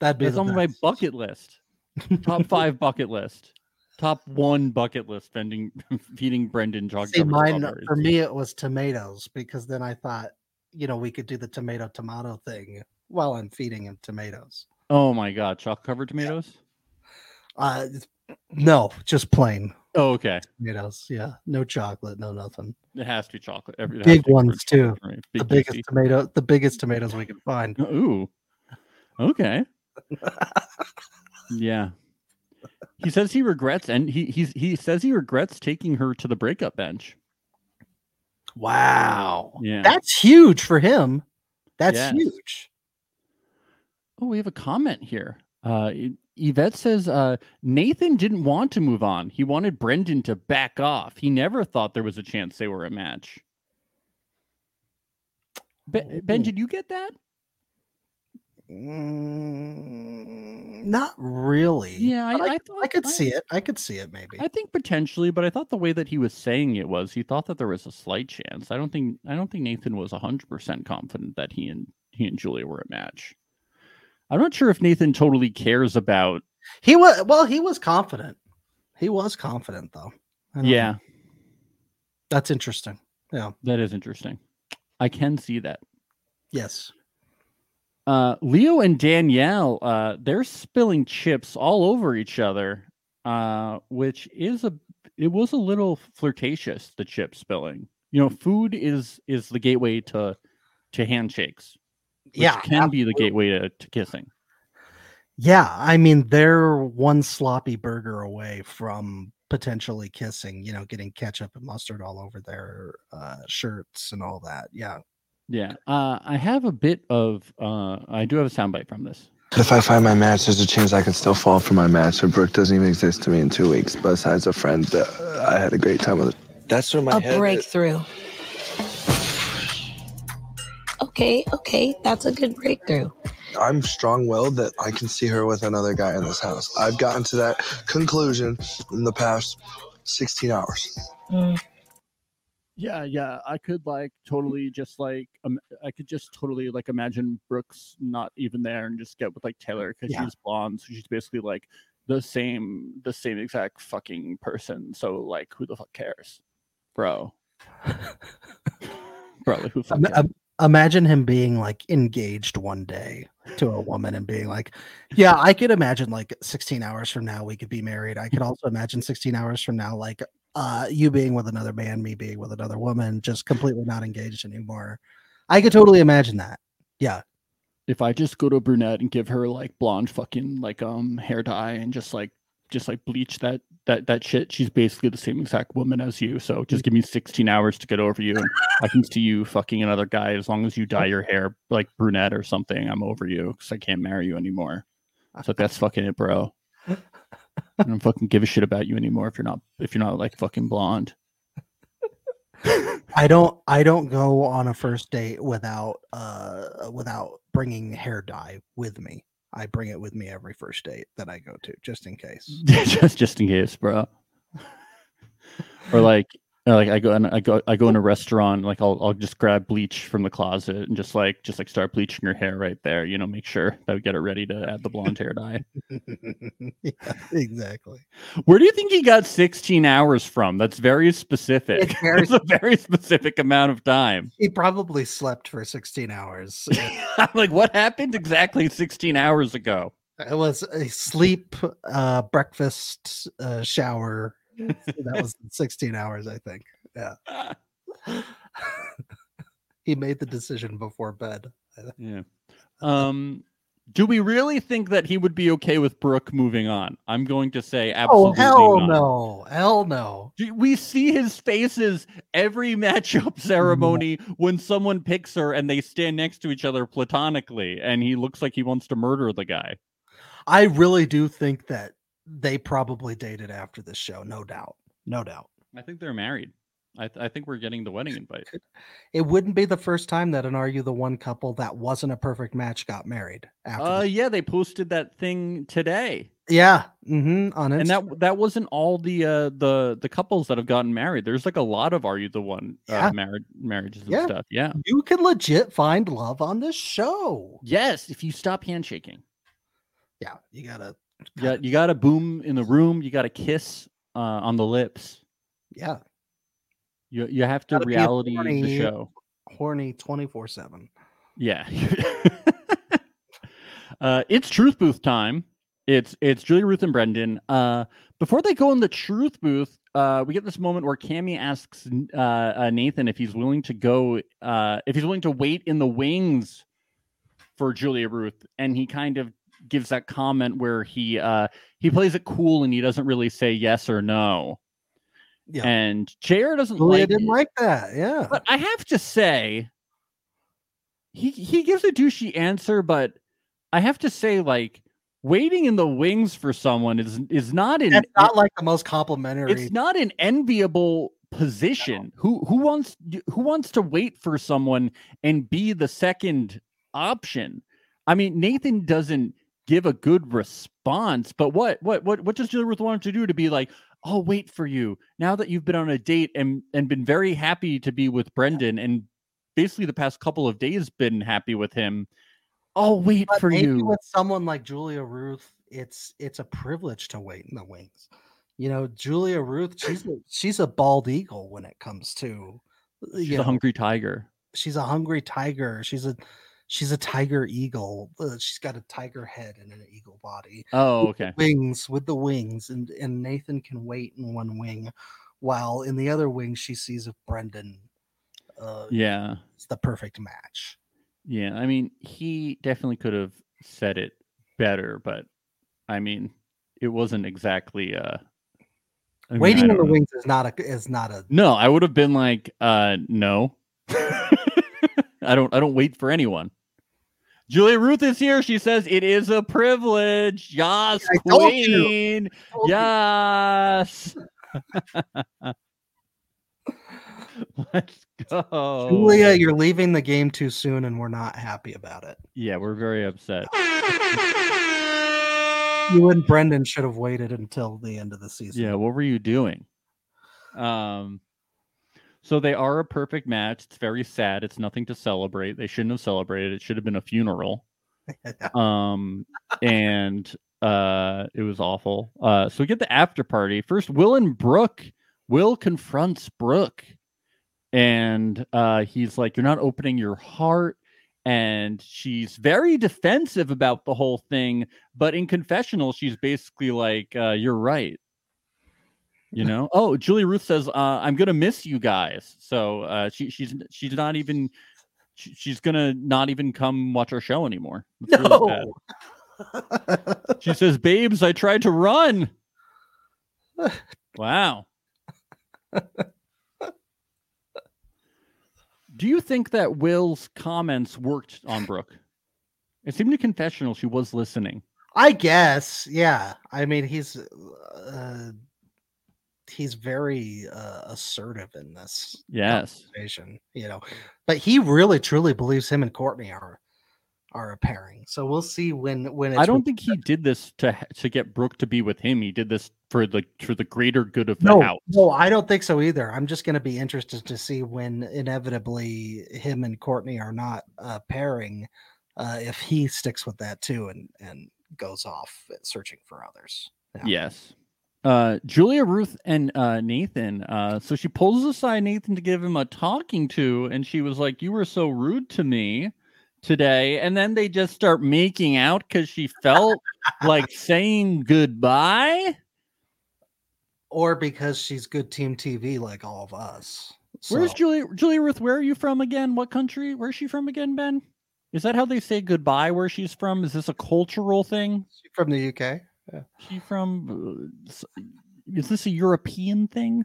Speaker 3: That'd be
Speaker 2: That's
Speaker 3: the
Speaker 2: on my
Speaker 3: best.
Speaker 2: bucket list.
Speaker 3: (laughs)
Speaker 2: Top five bucket list. Top one bucket list. Vending, (laughs) feeding Brendan chocolate
Speaker 3: See,
Speaker 2: covered
Speaker 3: mine uh,
Speaker 2: strawberries.
Speaker 3: for me it was tomatoes because then I thought, you know, we could do the tomato tomato thing while I'm feeding him tomatoes.
Speaker 2: Oh my god, chocolate covered tomatoes.
Speaker 3: Uh, it's- no, just plain
Speaker 2: Oh, okay.
Speaker 3: tomatoes. Yeah, no chocolate, no nothing.
Speaker 2: It has to be chocolate. Every it has to
Speaker 3: Big
Speaker 2: be covered
Speaker 3: ones,
Speaker 2: chocolate for me. Big
Speaker 3: the biggest
Speaker 2: juicy.
Speaker 3: tomato, the biggest tomatoes we could find.
Speaker 2: Ooh. Okay. yeah. He says he regrets and he he's, he says he regrets taking her to the breakup bench.
Speaker 3: Wow,
Speaker 2: Yeah.
Speaker 3: that's huge for him. That's
Speaker 2: Yes.
Speaker 3: huge.
Speaker 2: oh, we have a comment here. Uh Y- Yvette says uh Nathan didn't want to move on. He wanted Brendan to back off. He never thought there was a chance they were a match. Ben, ben
Speaker 3: Ooh.
Speaker 2: did you get that?
Speaker 3: Mm, not really.
Speaker 2: Yeah, I,
Speaker 3: but
Speaker 2: I,
Speaker 3: I could
Speaker 2: see it.
Speaker 3: see it. I could see it maybe.
Speaker 2: I think potentially, but I thought the way that he was saying it was he thought that there was a slight chance. I don't think I don't think Nathan was hundred percent confident that he and he and Julia were a match. I'm not sure if Nathan totally cares about
Speaker 3: He was well. He was confident. He was confident though. I don't know.
Speaker 2: Yeah,
Speaker 3: that's interesting.
Speaker 2: that is interesting. I can see that.
Speaker 3: Yes.
Speaker 2: Uh, Leo and Danielle, uh, they're spilling chips all over each other, uh, which is a it was a little flirtatious. The chip spilling, you know, food is is the gateway to to handshakes. Which
Speaker 3: yeah.
Speaker 2: can be the gateway to, to kissing.
Speaker 3: Yeah, I mean they're one sloppy burger away from potentially kissing, you know, getting ketchup and mustard all over their uh, shirts and all that. Yeah.
Speaker 2: Yeah, uh, I have a bit of uh, I do have a soundbite from this.
Speaker 7: If I find my match, there's a chance I could still fall for my match. So Brooke doesn't even exist to me in two weeks. But besides a friend, that uh, I had a great time with. That's where my
Speaker 8: a
Speaker 7: head.
Speaker 8: breakthrough. Okay, okay, that's a good breakthrough.
Speaker 7: I'm strong-willed that I can see her with another guy in this house. I've gotten to that conclusion in the past 16 hours.
Speaker 2: Yeah, yeah, I could like totally just like um, I could just totally like imagine Brooks not even there and just get with like Taylor because
Speaker 3: Yeah.
Speaker 2: she's blonde, so she's basically like the same, the same exact fucking person. So like, who the fuck cares,
Speaker 3: (laughs)
Speaker 2: bro? bro, like, who fucking
Speaker 3: Ima- im- imagine him being like engaged one day to a woman and being like, Yeah, I could imagine like 16 hours from now we could be married. I could also imagine 16 hours from now, like uh you being with another man, me being with another woman, just completely not engaged anymore. I could totally imagine that.
Speaker 2: if I just go to a brunette and give her like blonde fucking like um hair dye and just like just like bleach that that that shit, she's basically the same exact woman as you. So just give me 16 hours to get over you and I can see you fucking another guy as long as you dye your hair like brunette or something. I'm over you because I can't marry you anymore. So that's fucking it, bro. I don't fucking give a shit about you anymore if you're not if you're not like fucking blonde.
Speaker 3: I don't I don't go on a first date without uh without bringing hair dye with me. I bring it with me every first date that I go to, just in case.
Speaker 2: (laughs) just just in case, bro. or like or like I go and I go I go in a restaurant, like I'll I'll just grab bleach from the closet and just like just like start bleaching your hair right there, you know, make sure that we get it ready to add the blonde hair dye.
Speaker 3: (laughs) yeah, exactly.
Speaker 2: Where do you think he got 16 hours from? That's very specific.
Speaker 3: (laughs) It's very
Speaker 2: It's a very specific amount of time. (laughs)
Speaker 3: He probably slept for 16 hours.
Speaker 2: I'm like, what happened exactly 16 hours ago?
Speaker 3: It was a sleep, uh, breakfast, uh, shower. that (laughs) was 16 hours, I think. he made the decision before bed.
Speaker 2: Yeah. Um, do we really think that he would be okay with Brooke moving on? I'm going to say absolutely
Speaker 3: Oh, hell
Speaker 2: not.
Speaker 3: no. Hell no.
Speaker 2: Do- We see his faces every (laughs) matchup ceremony when someone picks her and they stand next to each other platonically, and he looks like he wants to murder the guy.
Speaker 3: I really do think that they probably dated after this show. No doubt. No doubt.
Speaker 2: I think they're married. I, th- I think we're getting the wedding invite.
Speaker 3: It wouldn't be the first time that an Are You the One couple that wasn't a perfect match got married after.
Speaker 2: Uh,
Speaker 3: this-
Speaker 2: yeah, they posted that thing today,
Speaker 3: yeah. hmm on
Speaker 2: and
Speaker 3: Instagram.
Speaker 2: that that wasn't all the uh, the the couples that have gotten married. There's like a lot of are you the one
Speaker 3: Yeah.
Speaker 2: uh, married marriages and
Speaker 3: Yeah.
Speaker 2: stuff. Yeah.
Speaker 3: you can legit find love on this show.
Speaker 2: Yes, if you stop handshaking.
Speaker 3: Yeah, you gotta.
Speaker 2: You got, you got a boom in the room. You got a kiss uh, on the lips.
Speaker 3: Yeah,
Speaker 2: You you have to
Speaker 3: Gotta be a
Speaker 2: reality the
Speaker 3: horny-
Speaker 2: show.
Speaker 3: horny twenty four seven.
Speaker 2: Yeah. (laughs) uh, it's truth booth time. It's it's Julie Ruth and Brendan. Uh, before they go in the truth booth, uh, we get this moment where Cammy asks N- uh, uh, Nathan if he's willing to go, uh, if he's willing to wait in the wings for Julia Ruth, and he kind of gives that comment where he uh, he plays it cool and he doesn't really say yes or no.
Speaker 3: Yeah.
Speaker 2: And JR doesn't
Speaker 3: Julia
Speaker 2: like
Speaker 3: didn't
Speaker 2: it.
Speaker 3: like that. Yeah,
Speaker 2: But I have to say, he he gives a douchey answer, but I have to say, like waiting in the wings for someone is is not an
Speaker 3: it's not like the most complimentary.
Speaker 2: it's not an enviable position. Who who wants who wants to wait for someone and be the second option? I mean, Nathan doesn't give a good response, but what what what what does Julia Ruth want to do to be like, I'll wait for you now that you've been on a date and and been very happy to be with Brendan and basically the past couple of days been happy with him. I'll wait
Speaker 3: but
Speaker 2: for
Speaker 3: maybe
Speaker 2: you.
Speaker 3: with someone like Julia Ruth, it's it's a privilege to wait in the wings. You know, Julia Ruth, she's a, she's a bald eagle when it comes to. uh,
Speaker 2: She's
Speaker 3: you
Speaker 2: a
Speaker 3: know,
Speaker 2: hungry tiger.
Speaker 3: she's a hungry tiger. She's a she's a tiger eagle. Uh, she's got a tiger head and an eagle body.
Speaker 2: Oh, okay.
Speaker 3: Wings with the wings, and and Nathan can wait in one wing, while in the other wing she sees if Brendan. Uh,
Speaker 2: Yeah.
Speaker 3: is the perfect match.
Speaker 2: Yeah. I mean, he definitely could have said it better, but I mean, it wasn't exactly uh I mean, I
Speaker 3: Waiting in
Speaker 2: don't
Speaker 3: the
Speaker 2: know.
Speaker 3: wings is not a is not a
Speaker 2: No, I would have been like, uh, no. (laughs) I don't I don't wait for anyone. Julia Ruth is here. She says it is a privilege. Yes,
Speaker 3: I told you.
Speaker 2: queen.
Speaker 3: (laughs)
Speaker 2: Yes. (laughs) Let's go.
Speaker 3: Julia, you're leaving the game too soon, and we're not happy about it.
Speaker 2: Yeah, we're very upset.
Speaker 3: You and Brendan should have waited until the end of the season.
Speaker 2: Yeah, what were you doing? Um so they are a perfect match. It's very sad. It's nothing to celebrate. They shouldn't have celebrated. It should have been a funeral.
Speaker 3: (laughs)
Speaker 2: um and uh it was awful uh so we get the after party first will and brooke will confronts brooke and uh he's like you're not opening your heart and she's very defensive about the whole thing but in confessional she's basically like uh you're right you know oh julie ruth says uh i'm gonna miss you guys so uh she, she's she's not even she- she's gonna not even come watch our show anymore It's really
Speaker 3: No.
Speaker 2: bad. She says, "Babes, I tried to run." wow. Do you think that Will's comments worked on Brooke? It seemed to confessional she was listening.
Speaker 3: (laughs) I guess. Yeah. I mean, he's uh, he's very uh, assertive in this
Speaker 2: Yes.
Speaker 3: situation, you know. But he really truly believes him and Courtney are are a pairing. So we'll see when when it's
Speaker 2: I don't think he did this to ha- to get Brooke to be with him. He did this for the for the greater good of the
Speaker 3: no,
Speaker 2: house.
Speaker 3: no, I don't think so either. I'm just going to be interested to see when inevitably him and Courtney are not uh, pairing, uh, if he sticks with that too and and goes off searching for others. Yeah.
Speaker 2: Yes. Uh, Julia Ruth and uh, Nathan. Uh, so she pulls aside Nathan to give him a talking to, and she was like, "You were so rude to me today." And then they just start making out because she felt like saying goodbye.
Speaker 3: Or because she's good team TV like all of us.
Speaker 2: Where's
Speaker 3: So,
Speaker 2: Julia? Julia Ruth, where are you from again? What country? Where's she from again, Ben? Is that how they say goodbye? Where she's from? Is this a cultural thing?
Speaker 3: she from the UK?
Speaker 2: She from? uh, s- Is this a European thing?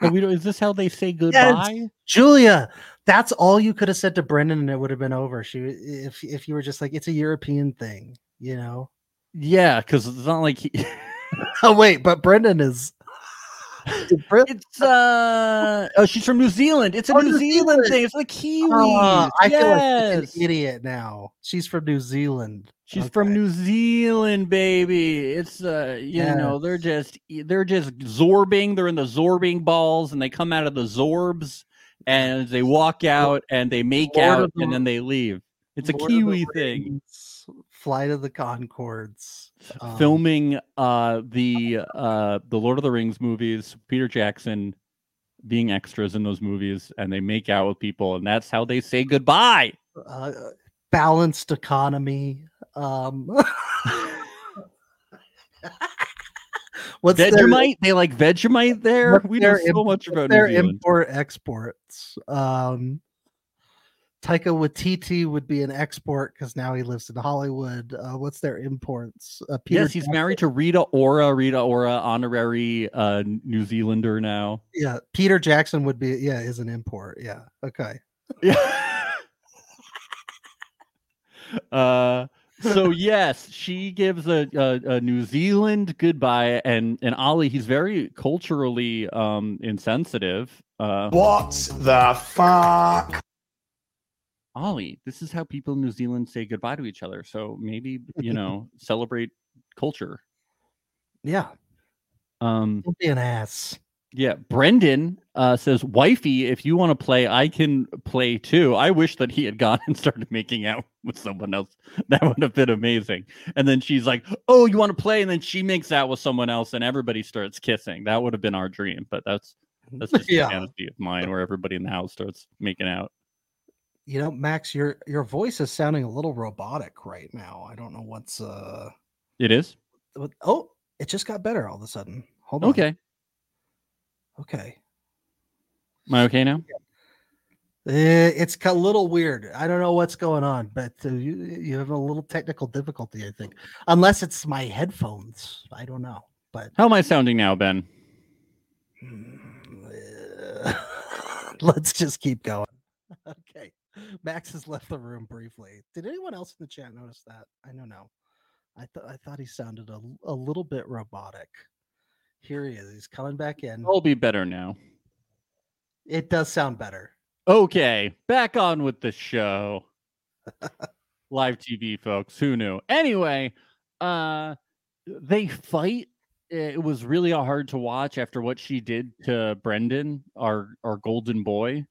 Speaker 2: That we don't- Is this how they (laughs) say goodbye?
Speaker 3: Julia, that's all you could have said to Brendan and it would have been over. She if if you were just like it's a European thing, you know. (laughs)
Speaker 2: Yeah, because it's not like he, (laughs)
Speaker 3: Oh wait, but Brendan is (laughs) Did Bren-
Speaker 2: it's uh oh she's from New Zealand. It's a
Speaker 3: Oh,
Speaker 2: New,
Speaker 3: New
Speaker 2: Zealand,
Speaker 3: Zealand.
Speaker 2: thing. It's like Kiwi.
Speaker 3: Oh, I feel like
Speaker 2: yes,
Speaker 3: such an idiot now. She's from New Zealand.
Speaker 2: she's from
Speaker 3: Okay.
Speaker 2: New Zealand, baby. It's uh you know they're just they're just zorbing. They're in the zorbing balls, and they come out of the zorbs, and they walk out and they make
Speaker 3: Lord
Speaker 2: out,
Speaker 3: of the-
Speaker 2: and then they leave. It's a
Speaker 3: Lord of the
Speaker 2: Kiwi thing.
Speaker 3: Rings, Flight of the Concords. um,
Speaker 2: Filming uh the uh the Lord of the Rings movies, Peter Jackson being extras in those movies, and they make out with people, and that's how they say goodbye.
Speaker 3: uh, balanced economy.
Speaker 2: (laughs)
Speaker 3: Um, (laughs) what's their-
Speaker 2: Vegemite, they like Vegemite there.
Speaker 3: what's
Speaker 2: we know
Speaker 3: their
Speaker 2: so
Speaker 3: imp-
Speaker 2: much about
Speaker 3: their
Speaker 2: New Zealand.
Speaker 3: import exports? Um, Taika Waititi would be an export because now he lives in Hollywood. Uh, what's their imports? Uh, Peter
Speaker 2: yes, he's
Speaker 3: Jack-
Speaker 2: married to Rita Ora. Rita Ora, honorary uh, New Zealander now.
Speaker 3: Yeah, Peter Jackson would be. Yeah, is an import. Yeah. Okay.
Speaker 2: Yeah. (laughs) uh, so yes, she gives a, a, a New Zealand goodbye, and and Ollie, he's very culturally um insensitive. Uh,
Speaker 9: What the fuck?
Speaker 2: Ollie, this is how people in New Zealand say goodbye to each other. So maybe you know celebrate culture.
Speaker 3: Yeah.
Speaker 2: Um,
Speaker 3: Don't be an ass.
Speaker 2: yeah, Brendan uh, says, "Wifey, if you want to play, I can play too." I wish that he had gone (laughs) and started making out with someone else. That would have been amazing. And then she's like, "Oh, you want to play?" And then she makes out with someone else, and everybody starts kissing. That would have been our dream, but that's that's just a
Speaker 3: Yeah.
Speaker 2: fantasy of mine, where everybody in the house starts making out.
Speaker 3: you know, Max, your your voice is sounding a little robotic right now. I don't know what's uh
Speaker 2: It is
Speaker 3: what- oh, it just got better all of a sudden. Hold on.
Speaker 2: okay.
Speaker 3: Okay.
Speaker 2: Am I okay now?
Speaker 3: Eh, It's a little weird. I don't know what's going on, but uh, you you have a little technical difficulty, I think. Unless it's my headphones. I don't know. But (sighs)
Speaker 2: How am I sounding now, Ben?
Speaker 3: Mm, uh, let's just keep going. (laughs) Okay. Max has left the room briefly. Did anyone else in the chat notice that? I don't know. I thought I thought he sounded a, l- a little bit robotic. Here he is. He's coming back in.
Speaker 2: I'll be better now.
Speaker 3: It does sound better.
Speaker 2: Okay, back on with the
Speaker 3: (laughs)
Speaker 2: show. Live TV, folks. Who knew? Anyway, uh, they fight. It was really hard to watch after what she did to Brendan, our our golden boy.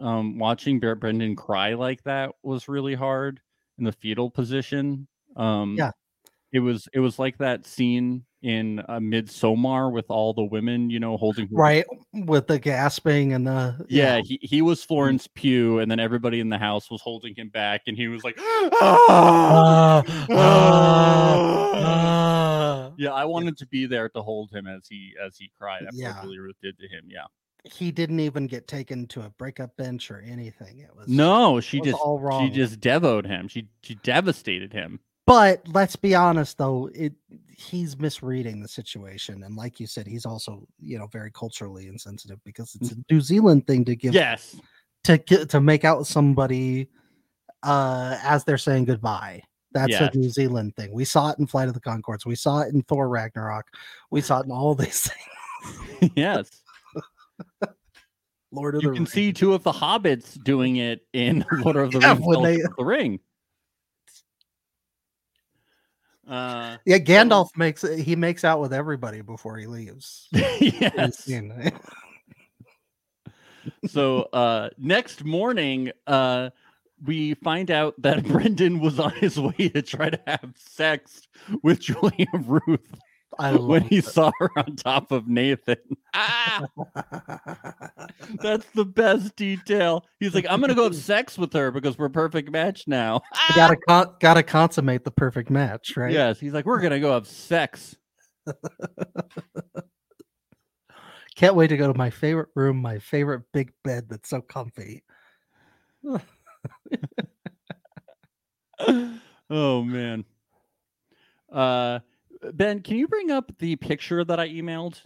Speaker 2: Um, watching Bre- Brendan cry like that was really hard in the fetal position. Um,
Speaker 3: Yeah.
Speaker 2: it was it was like that scene in uh, Midsommar with all the women, you know, holding her
Speaker 3: Right. With the gasping and the
Speaker 2: yeah, he, he
Speaker 3: Mm.
Speaker 2: was Florence Pugh, and then everybody in the house was holding him back, and he was like, "Ah!"
Speaker 3: Ah, Oh.
Speaker 2: Ah.
Speaker 3: ah, ah.
Speaker 2: "Yeah, I wanted to be there to hold him as he as he cried after
Speaker 3: Yeah.
Speaker 2: what Willie Ruth did to him." Yeah,
Speaker 3: He didn't even get taken to a breakup bench or anything. It was
Speaker 2: no, she
Speaker 3: was
Speaker 2: just
Speaker 3: all
Speaker 2: she
Speaker 3: wrong.
Speaker 2: just devoed him. She she devastated him.
Speaker 3: But let's be honest, though, it he's misreading the situation, and like you said, he's also you know very culturally insensitive because
Speaker 2: Mm-hmm.
Speaker 3: it's a New Zealand thing to give
Speaker 2: Yes, (laughs)
Speaker 3: to get to make out with somebody uh as they're saying goodbye. That's
Speaker 2: Yes.
Speaker 3: a New Zealand thing. We saw it in Flight of the Concords. We saw it in Thor Ragnarok. We saw it in all (laughs) these things.
Speaker 2: yes.
Speaker 3: Lord of
Speaker 2: You
Speaker 3: the
Speaker 2: can
Speaker 3: Rings.
Speaker 2: see two of the hobbits doing it in (laughs) Lord of the
Speaker 3: Yeah,
Speaker 2: Rings:
Speaker 3: when
Speaker 2: Fellowship
Speaker 3: they-
Speaker 2: of the
Speaker 3: (laughs)
Speaker 2: Ring. Uh,
Speaker 3: Yeah, Gandalf makes he makes out with everybody before he leaves. in the
Speaker 2: yes.
Speaker 3: scene.
Speaker 2: so uh next morning uh we find out that (laughs) Brendan was on his way to try to have sex with (laughs) Julia Ruth
Speaker 3: (laughs) I
Speaker 2: when
Speaker 3: love
Speaker 2: he saw her on top of Nathan. (laughs) Ah, that's the best detail. He's like, I'm gonna
Speaker 3: (laughs)
Speaker 2: go have sex with her because we're a perfect match now.
Speaker 3: I (laughs) gotta con- gotta consummate the perfect match, right?
Speaker 2: Yes, he's like, we're gonna go have sex. (gasps)
Speaker 3: Can't wait to go to my favorite room, my favorite big bed that's so comfy.
Speaker 2: oh man. Uh, Ben, can you bring up the picture that I emailed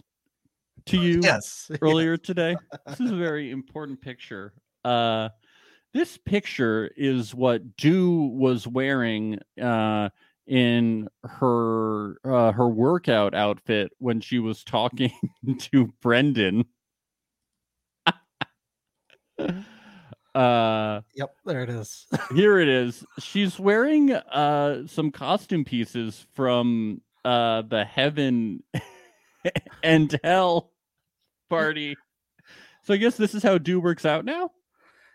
Speaker 2: to you?
Speaker 3: (laughs) Yes.
Speaker 2: earlier today. This is a very important picture. Uh, this picture is what Dew was wearing uh, in her uh, her workout outfit when she was talking (laughs) to Brendan. (laughs) uh,
Speaker 3: Yep. There it is. (laughs)
Speaker 2: here it is. She's wearing uh, some costume pieces from uh, the Heaven (laughs) and Hell party. So I guess this is how do works out now.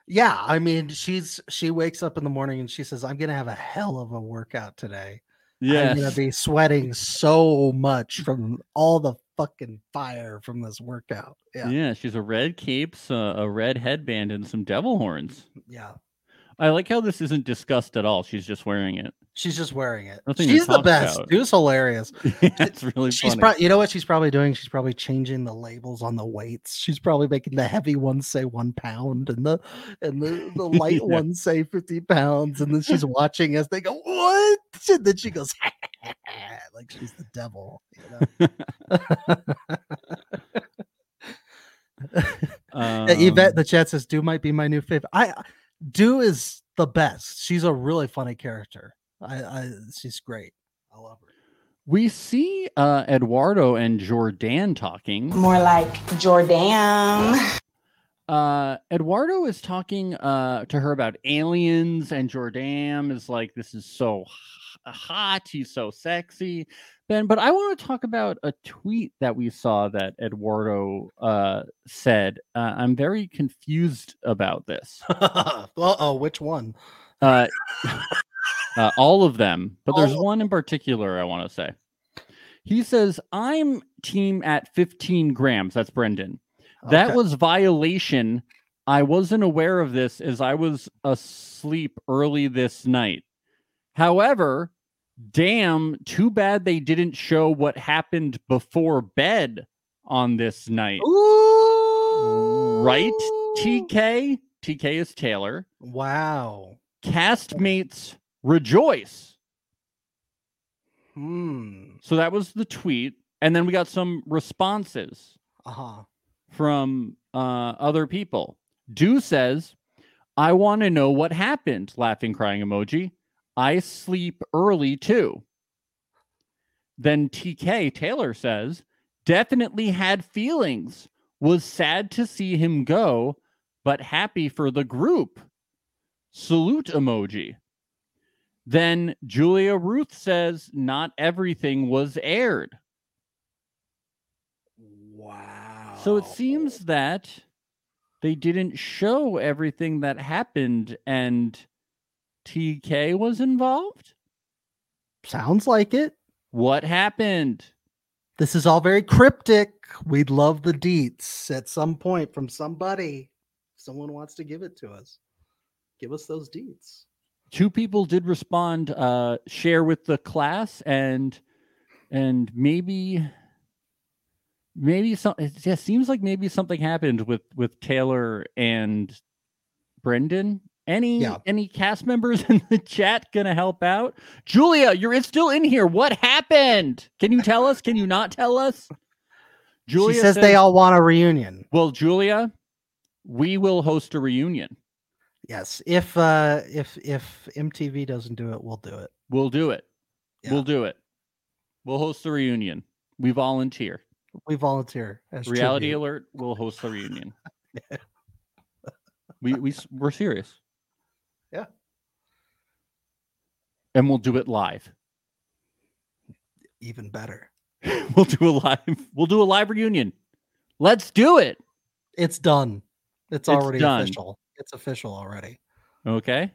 Speaker 3: yeah. I mean, she's she wakes up in the morning and she says, "I'm gonna have a hell of a workout today. I'm gonna
Speaker 2: Yes.
Speaker 3: be sweating so much from all the fucking fire from this workout."
Speaker 2: Yeah.
Speaker 3: Yeah.
Speaker 2: she's a red cape, so a red headband, and some devil horns.
Speaker 3: Yeah.
Speaker 2: I like how this isn't discussed at all. She's just wearing it. (laughs)
Speaker 3: She's just wearing it.
Speaker 2: Nothing to
Speaker 3: She's the
Speaker 2: talk
Speaker 3: best.
Speaker 2: about.
Speaker 3: Dude's hilarious.
Speaker 2: That's really
Speaker 3: She's
Speaker 2: funny.
Speaker 3: probably, you know what she's probably doing? She's probably changing the labels on the weights. She's probably making the heavy ones say one pound and the and the, (laughs) the light
Speaker 2: Yeah.
Speaker 3: ones say 50 pounds. And then she's watching as they go, What? And then she goes, (laughs) like she's the devil. You know?
Speaker 2: um,
Speaker 3: Yeah, Yvette in the chat says, Do might be my new favorite. I Do is the best. She's a really funny character. I, I she's great. I love her.
Speaker 2: we see uh, Eduardo and Jordan talking.
Speaker 8: More like Jordan.
Speaker 2: uh eduardo is talking uh to her about aliens and jordan is like this is so h- hot he's so sexy ben but i want to talk about a tweet that we saw that eduardo uh said uh, i'm very confused about this
Speaker 3: (laughs) uh oh, which one? (laughs)
Speaker 2: uh, uh, all of them, but there's
Speaker 3: All-
Speaker 2: one in particular I want to say. He says, "I'm team at 15 grams." That's Brendan. That
Speaker 3: Okay.
Speaker 2: was violation I wasn't aware of this as I was asleep early this night. However, damn, too bad they didn't show what happened before bed on this night. Right, TK? TK is Taylor.
Speaker 3: Wow.
Speaker 2: Castmates rejoice.
Speaker 3: Hmm.
Speaker 2: So that was the tweet. And then we got some responses.
Speaker 3: Uh huh.
Speaker 2: from uh, other people. Do says, I want to know what happened. Laughing, crying emoji. I sleep early too. Then TK Taylor says, definitely had feelings. Was sad to see him go, but happy for the group. Salute emoji. Then Julia Ruth says, not everything was aired.
Speaker 3: Wow.
Speaker 2: So it seems that they didn't show everything that happened and TK was involved.
Speaker 3: sounds like it.
Speaker 2: What happened?
Speaker 3: This is all very cryptic. We'd love the deets at some point from somebody. Someone wants to give it to us. Give us those deets.
Speaker 2: Two people did respond uh share with the class and and maybe maybe some it just seems like maybe something happened with with Taylor and Brendan. Any
Speaker 3: Yeah.
Speaker 2: any cast members (laughs) in the chat gonna help out? Julia, you're it's still in here. What happened? Can you tell us? Can you not tell us? Julia
Speaker 3: she says, they all want a reunion.
Speaker 2: Well, Julia, we will host a reunion.
Speaker 3: Yes. If uh if if MTV doesn't do it, we'll do it.
Speaker 2: We'll do it. We'll
Speaker 3: Yeah.
Speaker 2: do it. We'll host a reunion. We volunteer.
Speaker 3: We volunteer as
Speaker 2: Reality
Speaker 3: tribute.
Speaker 2: alert, we'll host a
Speaker 3: (laughs)
Speaker 2: reunion. we we s- we're serious.
Speaker 3: Yeah.
Speaker 2: And we'll do it live. (laughs)
Speaker 3: even better.
Speaker 2: We'll do a live we'll do a live reunion. Let's do it.
Speaker 3: It's done.
Speaker 2: It's
Speaker 3: It's, already
Speaker 2: done.
Speaker 3: official. It's official already. (laughs)
Speaker 2: Okay.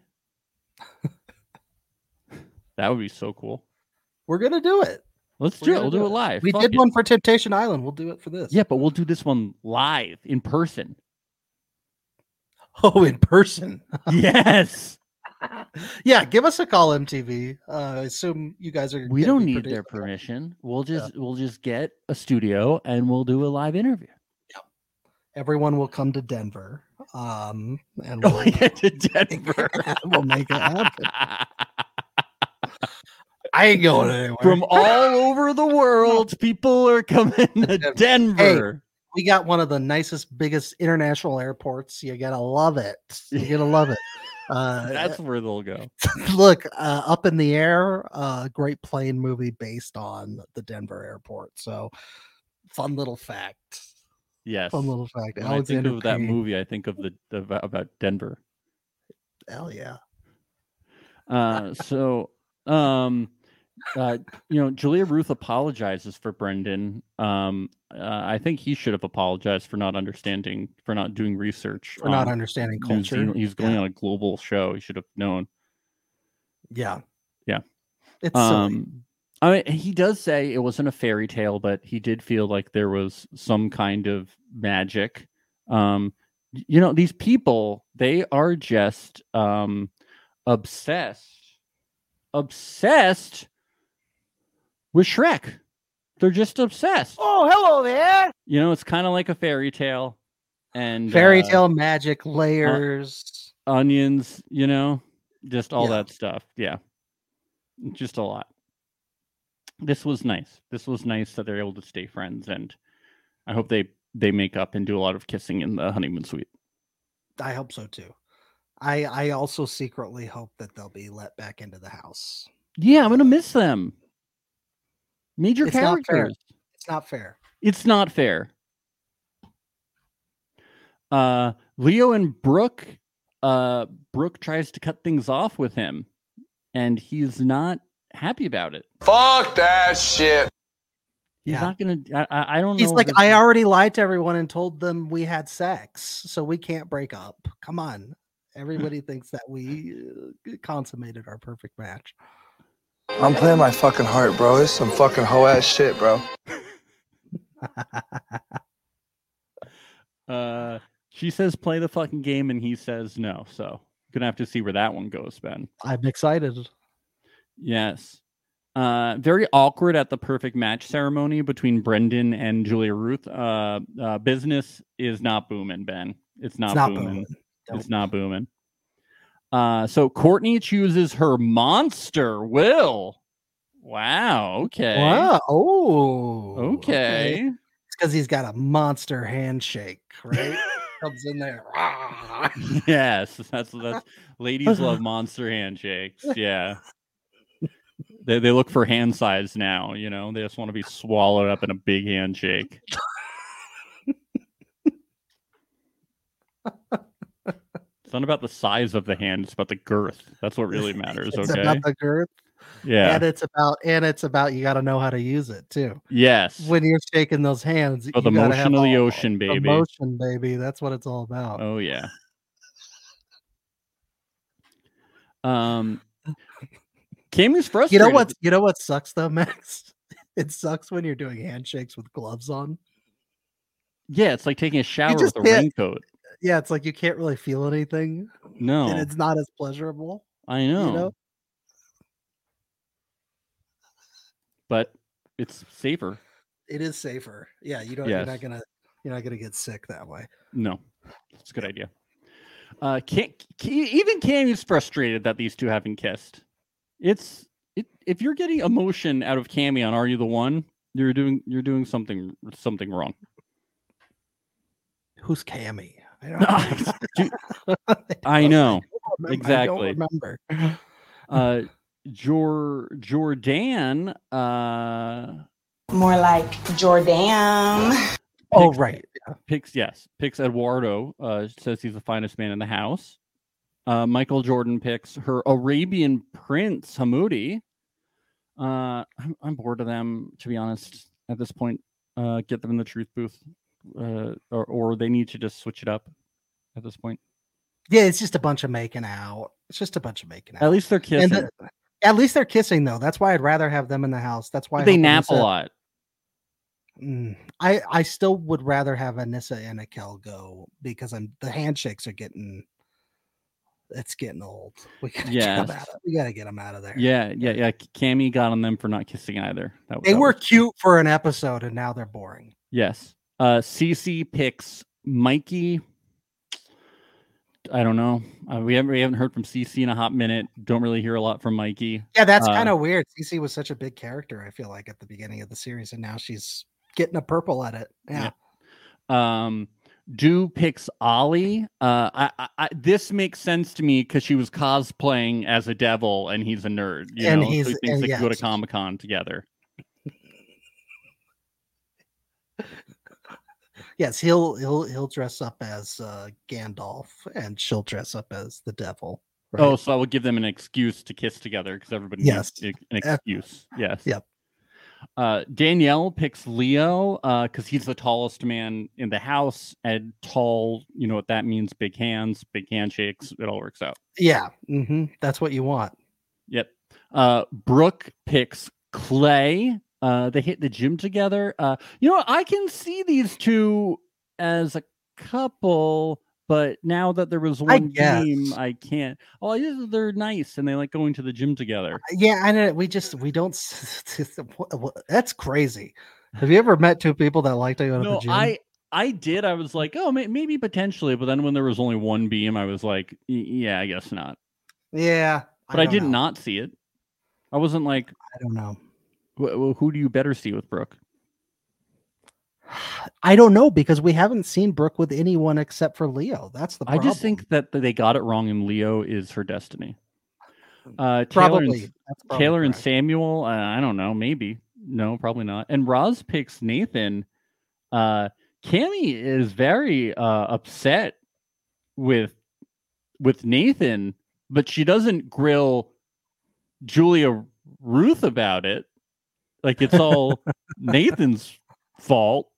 Speaker 2: that would be so cool.
Speaker 3: We're gonna do it.
Speaker 2: Let's
Speaker 3: We're
Speaker 2: do it.
Speaker 3: gonna
Speaker 2: We'll do
Speaker 3: do
Speaker 2: it
Speaker 3: it.
Speaker 2: live.
Speaker 3: We
Speaker 2: Fuck
Speaker 3: did
Speaker 2: it.
Speaker 3: one for Temptation Island. We'll do it for this.
Speaker 2: Yeah, but we'll do this one live in person.
Speaker 3: (laughs) Oh, in person.
Speaker 2: yes.
Speaker 3: yeah, give us a call, MTV. Uh, I assume you guys are.
Speaker 2: We
Speaker 3: gonna
Speaker 2: don't
Speaker 3: be
Speaker 2: need their
Speaker 3: producing it.
Speaker 2: permission. We'll just we'll just get a studio and we'll do a live interview.
Speaker 3: Everyone will come to Denver, um, and
Speaker 2: (laughs) (laughs) Oh,
Speaker 3: we'll,
Speaker 2: yeah, to Denver.
Speaker 3: (laughs) we'll make
Speaker 2: (laughs)
Speaker 3: it happen. I ain't going anywhere.
Speaker 2: From all over the world, people are coming to Denver.
Speaker 3: we got one of the nicest, biggest international airports. You gotta love it. You gotta
Speaker 2: (laughs)
Speaker 3: love it. Uh,
Speaker 2: That's where they'll go.
Speaker 3: look uh, up in the air uh great plane movie based on the denver airport so fun little fact
Speaker 2: Yes.
Speaker 3: fun little fact
Speaker 2: When I think of that
Speaker 3: Payne.
Speaker 2: movie, I think of the of- about Denver.
Speaker 3: hell yeah
Speaker 2: Uh, so um uh you know julia ruth apologizes for brendan um uh, i think he should have apologized for not understanding for not doing research
Speaker 3: for not
Speaker 2: on
Speaker 3: understanding
Speaker 2: New
Speaker 3: culture
Speaker 2: Zealand. he's going on a global show he should have known
Speaker 3: yeah
Speaker 2: Yeah.
Speaker 3: it's silly.
Speaker 2: um i mean he does say it wasn't a fairy tale but he did feel like there was some kind of magic um y- you know these people they are just um obsessed obsessed with shrek they're just obsessed
Speaker 4: Oh, hello there.
Speaker 2: you know it's kind of like a fairy tale and
Speaker 3: fairy
Speaker 2: uh,
Speaker 3: tale magic layers
Speaker 2: onions you know just all
Speaker 3: Yeah.
Speaker 2: that stuff yeah just a lot this was nice this was nice that they're able to stay friends and i hope they they make up and do a lot of kissing in the honeymoon suite
Speaker 3: i hope so too i i also secretly hope that they'll be let back into the house
Speaker 2: yeah i'm gonna miss them major
Speaker 3: It's not fair.
Speaker 2: characters
Speaker 3: it's not fair
Speaker 2: it's not fair uh leo and brooke uh brooke tries to cut things off with him and he's not happy about it
Speaker 9: Fuck that shit.
Speaker 2: He's
Speaker 3: Yeah.
Speaker 2: not gonna. I, I I don't
Speaker 3: He's
Speaker 2: know.
Speaker 3: like,
Speaker 2: if
Speaker 3: I
Speaker 2: it's-
Speaker 3: already lied to everyone and told them we had sex, so we can't break up. Come on.
Speaker 2: (laughs)
Speaker 3: Everybody thinks that we uh, consummated our perfect match.
Speaker 7: I'm playing my fucking heart, bro. This is some fucking hoe ass shit, bro.
Speaker 2: Uh, She says play the fucking game, and he says no. So gonna have to see where that one goes, Ben.
Speaker 3: I'm excited.
Speaker 2: Yes. Uh, very awkward at the perfect match ceremony between Brendan and Julia Ruth. Uh, uh, business is not booming, Ben. It's not,
Speaker 3: It's not
Speaker 2: booming.
Speaker 3: booming.
Speaker 2: It's not booming. Uh, so Courtney chooses her monster, Will. Wow. Okay.
Speaker 3: Wow. Oh.
Speaker 2: Okay.
Speaker 3: It's because he's got a monster handshake, right? Comes in there. "Rah."
Speaker 2: (laughs) yes. That's that's ladies
Speaker 3: (laughs)
Speaker 2: love monster handshakes. Yeah. They, they look for hand size now, you know. They just want to be swallowed up in a big handshake. it's not about the size of the hand, it's about the girth. That's what really matters,
Speaker 3: It's
Speaker 2: okay?
Speaker 3: about the girth,
Speaker 2: yeah.
Speaker 3: and it's about and it's about you got to know how to use it too.
Speaker 2: yes.
Speaker 3: When you're shaking those hands,
Speaker 2: Oh, the
Speaker 3: you gotta have
Speaker 2: motion of the
Speaker 3: all-
Speaker 2: ocean,
Speaker 3: the
Speaker 2: baby.
Speaker 3: motion, baby. That's what it's all about.
Speaker 2: Oh yeah.
Speaker 3: (laughs)
Speaker 2: Um, Cammy's
Speaker 3: you
Speaker 2: frustrated.
Speaker 3: know what? You know what sucks though, (laughs) Max. It sucks when you're doing handshakes with gloves on.
Speaker 2: Yeah, it's like taking a shower
Speaker 3: just
Speaker 2: with a
Speaker 3: can't-
Speaker 2: raincoat.
Speaker 3: Yeah, it's like you can't really feel anything, and
Speaker 2: No,
Speaker 3: it's not as pleasurable.
Speaker 2: I know,
Speaker 3: know?
Speaker 2: but it's safer.
Speaker 3: It is safer. Yeah, you don't. You're
Speaker 2: Yes.
Speaker 3: not gonna. You're not gonna get sick that way.
Speaker 2: No, it's a good idea. Uh, can't, even Cammy's frustrated that these two haven't kissed. It's it, if you're getting emotion out of Cammy on Are You the One, you're doing you're doing something something wrong.
Speaker 3: Who's Cammy? (laughs)
Speaker 2: (laughs)
Speaker 3: I don't.
Speaker 2: Dude,
Speaker 3: I
Speaker 2: I
Speaker 3: don't
Speaker 2: know.
Speaker 3: remember.
Speaker 2: exactly.
Speaker 3: I don't
Speaker 2: (laughs)
Speaker 3: remember.
Speaker 2: uh Jor Jordan uh
Speaker 8: More like Jordan.
Speaker 3: Oh
Speaker 2: picks-
Speaker 3: right.
Speaker 2: picks yes picks Eduardo uh says he's the finest man in the house uh Michael Jordan picks her Arabian prince Hamoudi uh I'm, I'm bored of them to be honest at this point uh get them in the truth booth uh or, or they need to just switch it up at this point
Speaker 3: Yeah, it's just a bunch of making out. It's just a bunch of making out.
Speaker 2: at least they're
Speaker 3: And
Speaker 2: kissing
Speaker 3: the- at least they're kissing though. That's why I'd rather have them in the house. That's why
Speaker 2: they
Speaker 3: Hope
Speaker 2: nap a
Speaker 3: Anissa-
Speaker 2: lot
Speaker 3: Mm. I I still would rather have Anissa and Akel go because I'm the handshakes are getting. It's getting old. We gotta get 'em
Speaker 2: Yes.
Speaker 3: out of, we gotta get them out of there.
Speaker 2: yeah yeah yeah Cammy got on them for not kissing either that,
Speaker 3: they
Speaker 2: that
Speaker 3: were
Speaker 2: was-
Speaker 3: cute for an episode, and now they're boring.
Speaker 2: Yes. Uh CC picks Mikey. I don't know. Uh, we haven't we haven't heard from CC in a hot minute. Don't really hear a lot from Mikey.
Speaker 3: Yeah, that's
Speaker 2: Uh,
Speaker 3: kind of weird. CC was such a big character. I feel like at the beginning of the series, and now she's getting a purple at it. Yeah,
Speaker 2: Yeah. Um Do picks Ollie. Uh I, I, I this makes sense to me because she was cosplaying as a devil and he's a nerd. You
Speaker 3: And
Speaker 2: know,
Speaker 3: he's-
Speaker 2: so he thinks
Speaker 3: and
Speaker 2: they could go to
Speaker 3: yes.
Speaker 2: Comic Con together.
Speaker 3: yes, he'll he'll he'll dress up as uh, Gandalf, and she'll dress up as the devil. right?
Speaker 2: Oh, so I would give them an excuse to kiss together because everybody
Speaker 3: Yes.
Speaker 2: needs e- an
Speaker 3: Eh.
Speaker 2: excuse. Yes.
Speaker 3: Yep.
Speaker 2: Uh, Danielle picks Leo because he's the tallest man in the house, and tall, you know what that means? Big hands, big handshakes. It all works out.
Speaker 3: yeah, hmm that's what you want.
Speaker 2: Yep. Uh, Brooke picks Clay. Uh, they hit the gym together. Uh, you know, I can see these two as a couple, but now that there was one team,
Speaker 3: guess.
Speaker 2: I can't. Oh, I just- they're nice and they like going to the gym together.
Speaker 3: Yeah, I know. We just we don't. s- (laughs) wha- wha- That's crazy. Have you ever met two people that like to go to the
Speaker 2: No,
Speaker 3: gym?
Speaker 2: I I did. I was like, oh, may- maybe potentially, but then when there was only one beam, I was like, "Y- yeah, I guess not.
Speaker 3: yeah,
Speaker 2: But I,
Speaker 3: don't
Speaker 2: did
Speaker 3: know.
Speaker 2: not see it. I wasn't like,
Speaker 3: I don't know. (sighs)
Speaker 2: "Wh- wh- who do you better see with Brooke?
Speaker 3: I don't know because we haven't seen Brooke with anyone except for Leo. That's the.
Speaker 2: I
Speaker 3: Problem.
Speaker 2: just think that they got it wrong, and Leo is her destiny. Uh, Taylor and,
Speaker 3: Hmm. probably
Speaker 2: S-
Speaker 3: that's probably
Speaker 2: Taylor and
Speaker 3: correct.
Speaker 2: Samuel. Uh, I don't know. Maybe no, probably not. And Roz picks Nathan. Uh, Cammy is very uh, upset with with Nathan, but she doesn't grill Julia Ruth about it. Like it's
Speaker 3: (laughs)
Speaker 2: all Nathan's fault.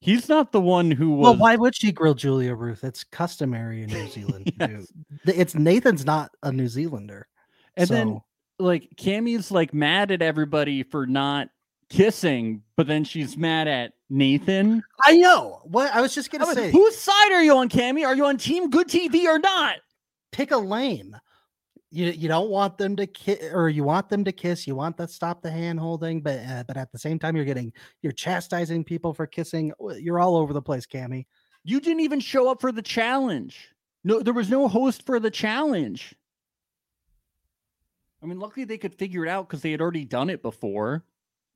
Speaker 2: He's not the one who was.
Speaker 3: Well, why would she grill Julia Ruth? It's customary
Speaker 2: (laughs)
Speaker 3: in New Zealand. to do.
Speaker 2: Yes.
Speaker 3: Th- It's Nathan's not a New Zealander.
Speaker 2: And then
Speaker 3: so-
Speaker 2: like Cammy's like mad at everybody for not kissing, but then she's mad at Nathan.
Speaker 3: I know. What I was just
Speaker 2: I
Speaker 3: gonna
Speaker 2: was-
Speaker 3: say,
Speaker 2: whose side are you on, Cammy? Are you on Team Good TV or not?
Speaker 3: pick a lane. You you don't want them to kiss, or you want them to kiss. You want to stop the hand holding, but uh, but at the same time, you're getting you're chastising people for kissing. W- You're all over the place, Cammy.
Speaker 2: You didn't even show up for the challenge. No, there was no host for the challenge. I mean, luckily they could figure it out because they had already done it before,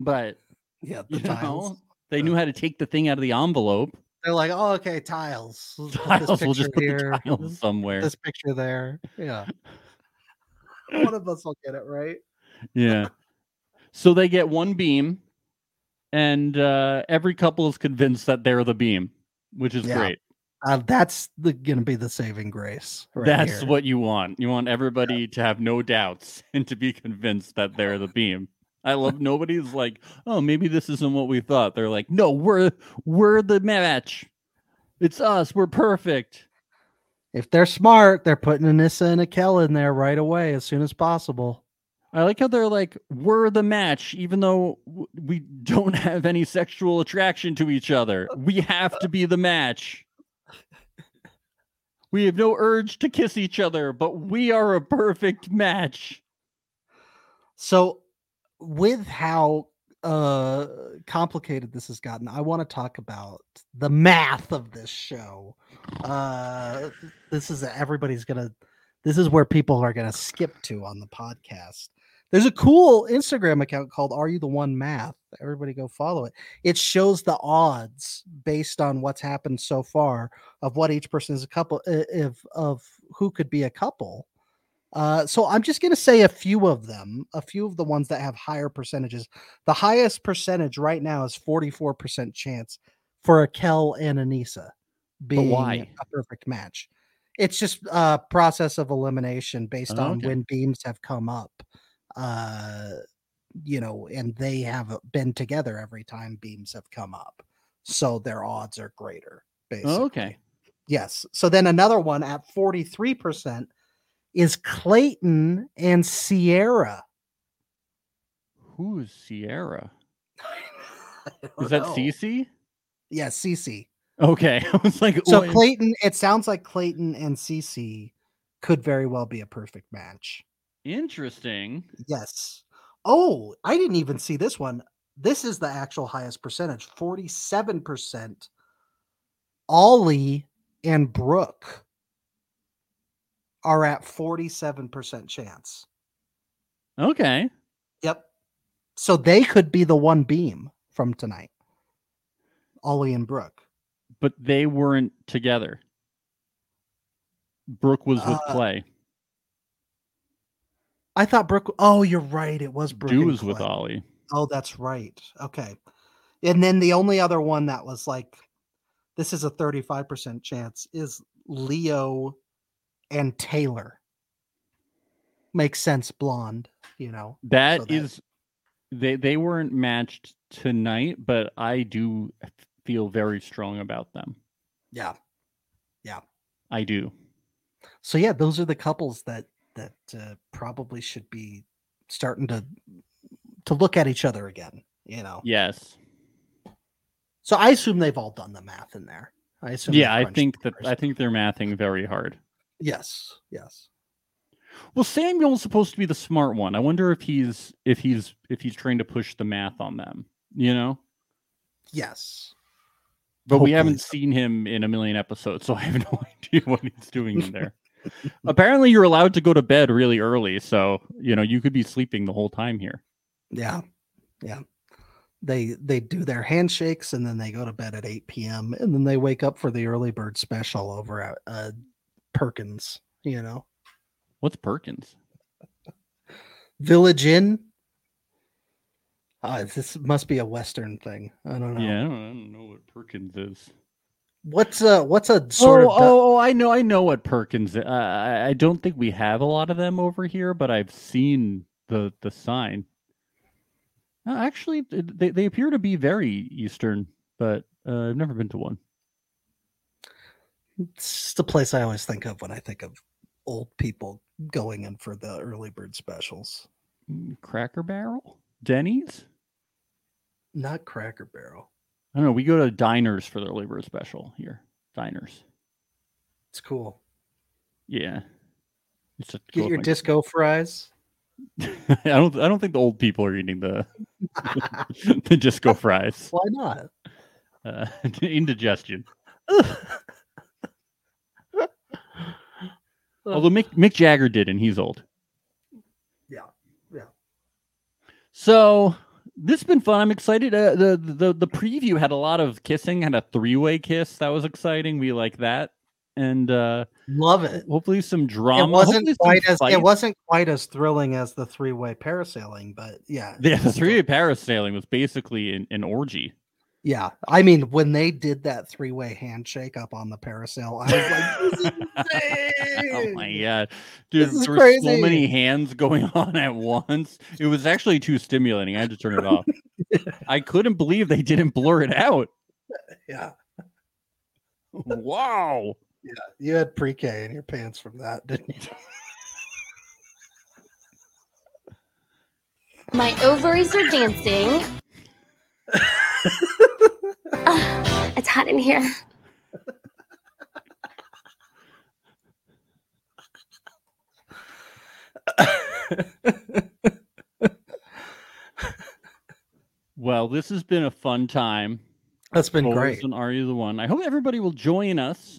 Speaker 2: but
Speaker 3: Yeah,
Speaker 2: you know, they knew how to take the thing out of the envelope. (laughs)
Speaker 3: They're like, oh, okay, tiles. Let's put this
Speaker 2: Tiles, we'll just put
Speaker 3: picture
Speaker 2: the tiles
Speaker 3: this-
Speaker 2: somewhere.
Speaker 3: This picture there. (laughs) Yeah. One of us will get it right. (laughs)
Speaker 2: Yeah. So they get one beam, and uh, every couple is convinced that they're the beam, which is
Speaker 3: Yeah.
Speaker 2: great.
Speaker 3: Uh, that's the, gonna be the saving grace. right
Speaker 2: That's
Speaker 3: here.
Speaker 2: what you want. You want everybody to have no doubts (laughs) and to be convinced that they're the beam. I love nobody's like, oh, maybe this isn't what we thought. They're like, no, we're we're the match. It's us. We're perfect.
Speaker 3: If they're smart, they're putting Anissa and Akel in there right away as soon as possible.
Speaker 2: I like how they're like, we're the match, even though w- we don't (laughs) have any sexual attraction to each other. We have to be the match. We have no urge to kiss each other, but we are a perfect match.
Speaker 3: So, with how uh complicated this has gotten, I want to talk about the math of this show. Uh this is everybody's gonna this is where people are gonna skip to on the podcast. There's a cool Instagram account called Are You the One Math? Everybody go follow it. It shows the odds based on what's happened so far of what each person is a couple i- if of who could be a couple. Uh, so I'm just going to say a few of them, a few of the ones that have higher percentages. The highest percentage right now is 44% chance for Akel and Anissa being
Speaker 2: why?
Speaker 3: a perfect match. It's just a process of elimination based
Speaker 2: Oh,
Speaker 3: on
Speaker 2: okay.
Speaker 3: when beams have come up. Uh, you know, and they have uh, been together every time beams have come up. So their odds are greater. Basically.
Speaker 2: Okay.
Speaker 3: Yes. So then another one at 43% is Clayton
Speaker 2: (laughs)
Speaker 3: and Sierra.
Speaker 2: Who is Sierra?
Speaker 3: Oh,
Speaker 2: Is that Cece?
Speaker 3: Yes, Cece.
Speaker 2: Okay. (laughs) I was like,
Speaker 3: So
Speaker 2: "Oi."
Speaker 3: Clayton, it sounds like Clayton and Cece could very well be a perfect match.
Speaker 2: interesting.
Speaker 3: Yes. Oh, I didn't even see this one. This is the actual highest percentage 47%. Ollie and Brooke are at 47% chance.
Speaker 2: Okay.
Speaker 3: Yep. So they could be the one beam from tonight. Ollie and Brooke.
Speaker 2: But they weren't together. Brooke was with
Speaker 3: Uh,
Speaker 2: Clay.
Speaker 3: I thought Brooke. Oh, you're right. It was Brooke.
Speaker 2: Dew
Speaker 3: and
Speaker 2: was with
Speaker 3: Clay.
Speaker 2: Ollie.
Speaker 3: Oh, that's right. Okay. And then the only other one that was like, this is a 35% chance is Leo and Taylor. Makes sense, blonde, you know.
Speaker 2: That
Speaker 3: that-
Speaker 2: is, they they weren't matched tonight, but I do feel very strong about them.
Speaker 3: Yeah.
Speaker 2: I do.
Speaker 3: so yeah those are the couples that that uh, probably should be starting to to look at each other again you know
Speaker 2: Yes.
Speaker 3: so i assume they've all done the math in there i assume
Speaker 2: yeah,
Speaker 3: they've
Speaker 2: I
Speaker 3: crunched
Speaker 2: think
Speaker 3: the
Speaker 2: that I
Speaker 3: numbers.
Speaker 2: think they're mathing very hard.
Speaker 3: yes yes
Speaker 2: Well, Samuel's supposed to be the smart one. I wonder if he's if he's if he's trying to push the math on them. You know,
Speaker 3: yes
Speaker 2: but we haven't
Speaker 3: Hopefully
Speaker 2: seen him in a million episodes, so I have (laughs) no idea what he's doing in there. Apparently, you're allowed to go to bed really early, so you know you could be sleeping the whole time here.
Speaker 3: yeah yeah they they do their handshakes and then they go to bed at 8 p.m and then they wake up for the early bird special over at uh, perkins you know
Speaker 2: What's Perkins?
Speaker 3: village inn uh, this must be a western thing i don't know
Speaker 2: Yeah, I don't, I don't know what Perkins is.
Speaker 3: What's a what's a sort
Speaker 2: oh,
Speaker 3: of du-
Speaker 2: oh, oh, I know, I know what Perkins. Is. Uh, I I don't think we have a lot of them over here, but I've seen the the sign. Uh, actually, th- they they appear to be very Eastern, but uh, I've never been to one.
Speaker 3: it's the place I always think of when I think of old people going in for the early bird specials.
Speaker 2: Mm, Cracker Barrel, Denny's.
Speaker 3: Not Cracker Barrel.
Speaker 2: I don't know. We go to diners for their labor special here. Diners.
Speaker 3: It's cool.
Speaker 2: Yeah. It's a
Speaker 3: Get your disco fries.
Speaker 2: (laughs) I don't. I don't think the old people are eating the (laughs) the disco fries.
Speaker 3: Why not?
Speaker 2: Uh, (laughs) indigestion.
Speaker 3: (laughs)
Speaker 2: Although Mick Mick Jagger did, and he's old.
Speaker 3: Yeah, yeah.
Speaker 2: So this has been fun. I'm excited. Uh, the the the preview had a lot of kissing. Had a three way kiss that was exciting. We like that, and uh
Speaker 3: love it.
Speaker 2: hopefully some drama.
Speaker 3: it wasn't
Speaker 2: Hopefully some
Speaker 3: quite as
Speaker 2: fights.
Speaker 3: it wasn't quite as thrilling as the three way parasailing, but yeah,
Speaker 2: (laughs) (laughs) Yeah, the three way parasailing was basically an, an orgy.
Speaker 3: yeah. I mean, when they did that three way handshake up on the parasail, I was
Speaker 2: (laughs)
Speaker 3: like, this is
Speaker 2: oh my
Speaker 3: insane.
Speaker 2: god, dude!
Speaker 3: is
Speaker 2: There were so many hands going (laughs) on at once. It was actually too stimulating. I had to turn it off. I couldn't believe they didn't blur it out.
Speaker 3: yeah.
Speaker 2: Wow.
Speaker 3: You had pre K in your pants from that, didn't you?
Speaker 6: My ovaries are dancing. Ah, it's hot in here.
Speaker 2: Well, this has been a fun time.
Speaker 3: (laughs) That's been
Speaker 2: Boris
Speaker 3: great.
Speaker 2: And Are You the One? I hope everybody will join us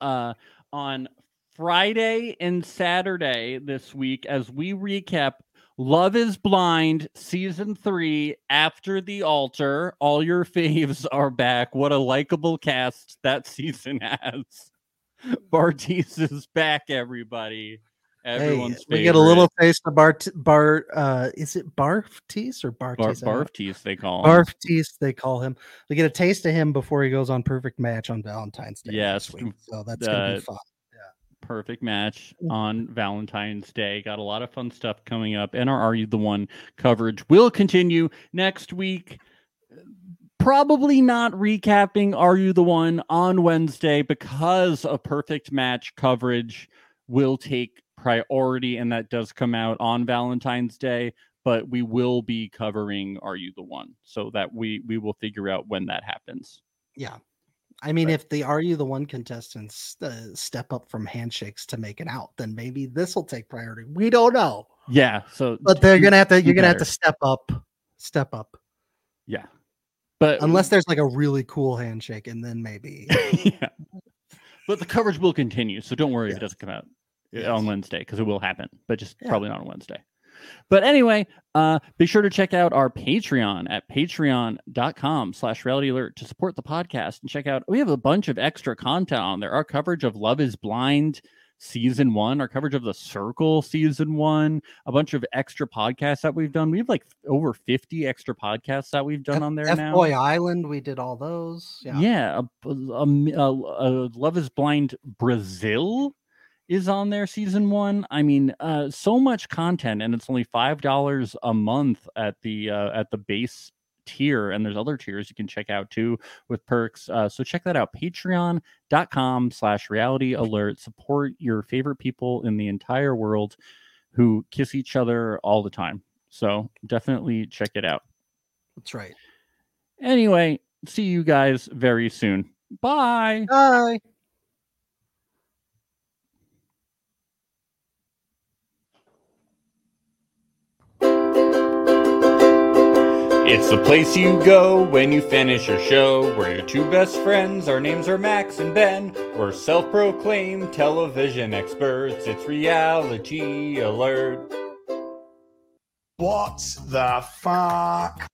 Speaker 2: uh, on Friday and Saturday this week as we recap Love is Blind season three after the altar. All your (laughs) faves are back. What a likable cast that (laughs) season has.
Speaker 3: (laughs)
Speaker 2: Bartiz is back, everybody. Everyone's
Speaker 3: we get a little taste of Bart Bar. Uh, is it Barftis or Bartis?
Speaker 2: barf tease, they call 'em.
Speaker 3: Barftis, they call him. We get a taste of him before he goes on Perfect Match on Valentine's Day.
Speaker 2: Yes,
Speaker 3: next week, so that's gonna
Speaker 2: uh,
Speaker 3: be fun.
Speaker 2: perfect match on Valentine's Day. Got a lot of fun stuff coming up, and our Are You the One coverage will continue next week. Probably not recapping Are You the One on Wednesday because a perfect match coverage will take priority, and that does come out on Valentine's Day. But we will be covering Are You the One, so that we we will figure out when that happens.
Speaker 3: Yeah. I mean, if the Are You the One contestants uh, step up from handshakes to make it out, then maybe this will take priority. We don't know,
Speaker 2: Yeah, so
Speaker 3: but they're
Speaker 2: do-
Speaker 3: gonna have to.
Speaker 2: do
Speaker 3: You're gonna have
Speaker 2: better.
Speaker 3: to step up, step up,
Speaker 2: yeah, but
Speaker 3: unless there's like a really cool handshake, and then maybe.
Speaker 2: (laughs) yeah. But the coverage will continue, so don't worry if it doesn't come out uh,
Speaker 3: Yes.
Speaker 2: on Wednesday because it will happen, but just
Speaker 3: Yeah.
Speaker 2: probably not on Wednesday. But anyway, uh, be sure to check out our Patreon at patreon.com slash reality alert to support the podcast and check out we have a bunch of extra content on there. Our coverage of Love is Blind season one, our coverage of the circle season one, a bunch of extra podcasts that we've done. We have like over 50 extra podcasts that we've done
Speaker 3: F-
Speaker 2: on there
Speaker 3: F
Speaker 2: now.
Speaker 3: Boy Island, we did all those. Yeah.
Speaker 2: Yeah, a, a- a- a- a Love is Blind Brazil is on there season one. I mean, uh, so much content, and it's only five dollars a month at the uh, at the base tier, and there's other tiers you can check out too with perks. Uh, so check that out, patreon.com slash reality alert. Support your favorite people in the entire world who kiss each other all the time. So definitely check it out.
Speaker 3: That's right.
Speaker 2: Anyway, see you guys very soon. Bye.
Speaker 3: Bye.
Speaker 1: It's the place you go when you finish your show. We're your two best friends. Our names are Max and Ben. We're self proclaimed television experts. It's reality alert.
Speaker 9: What the fuck?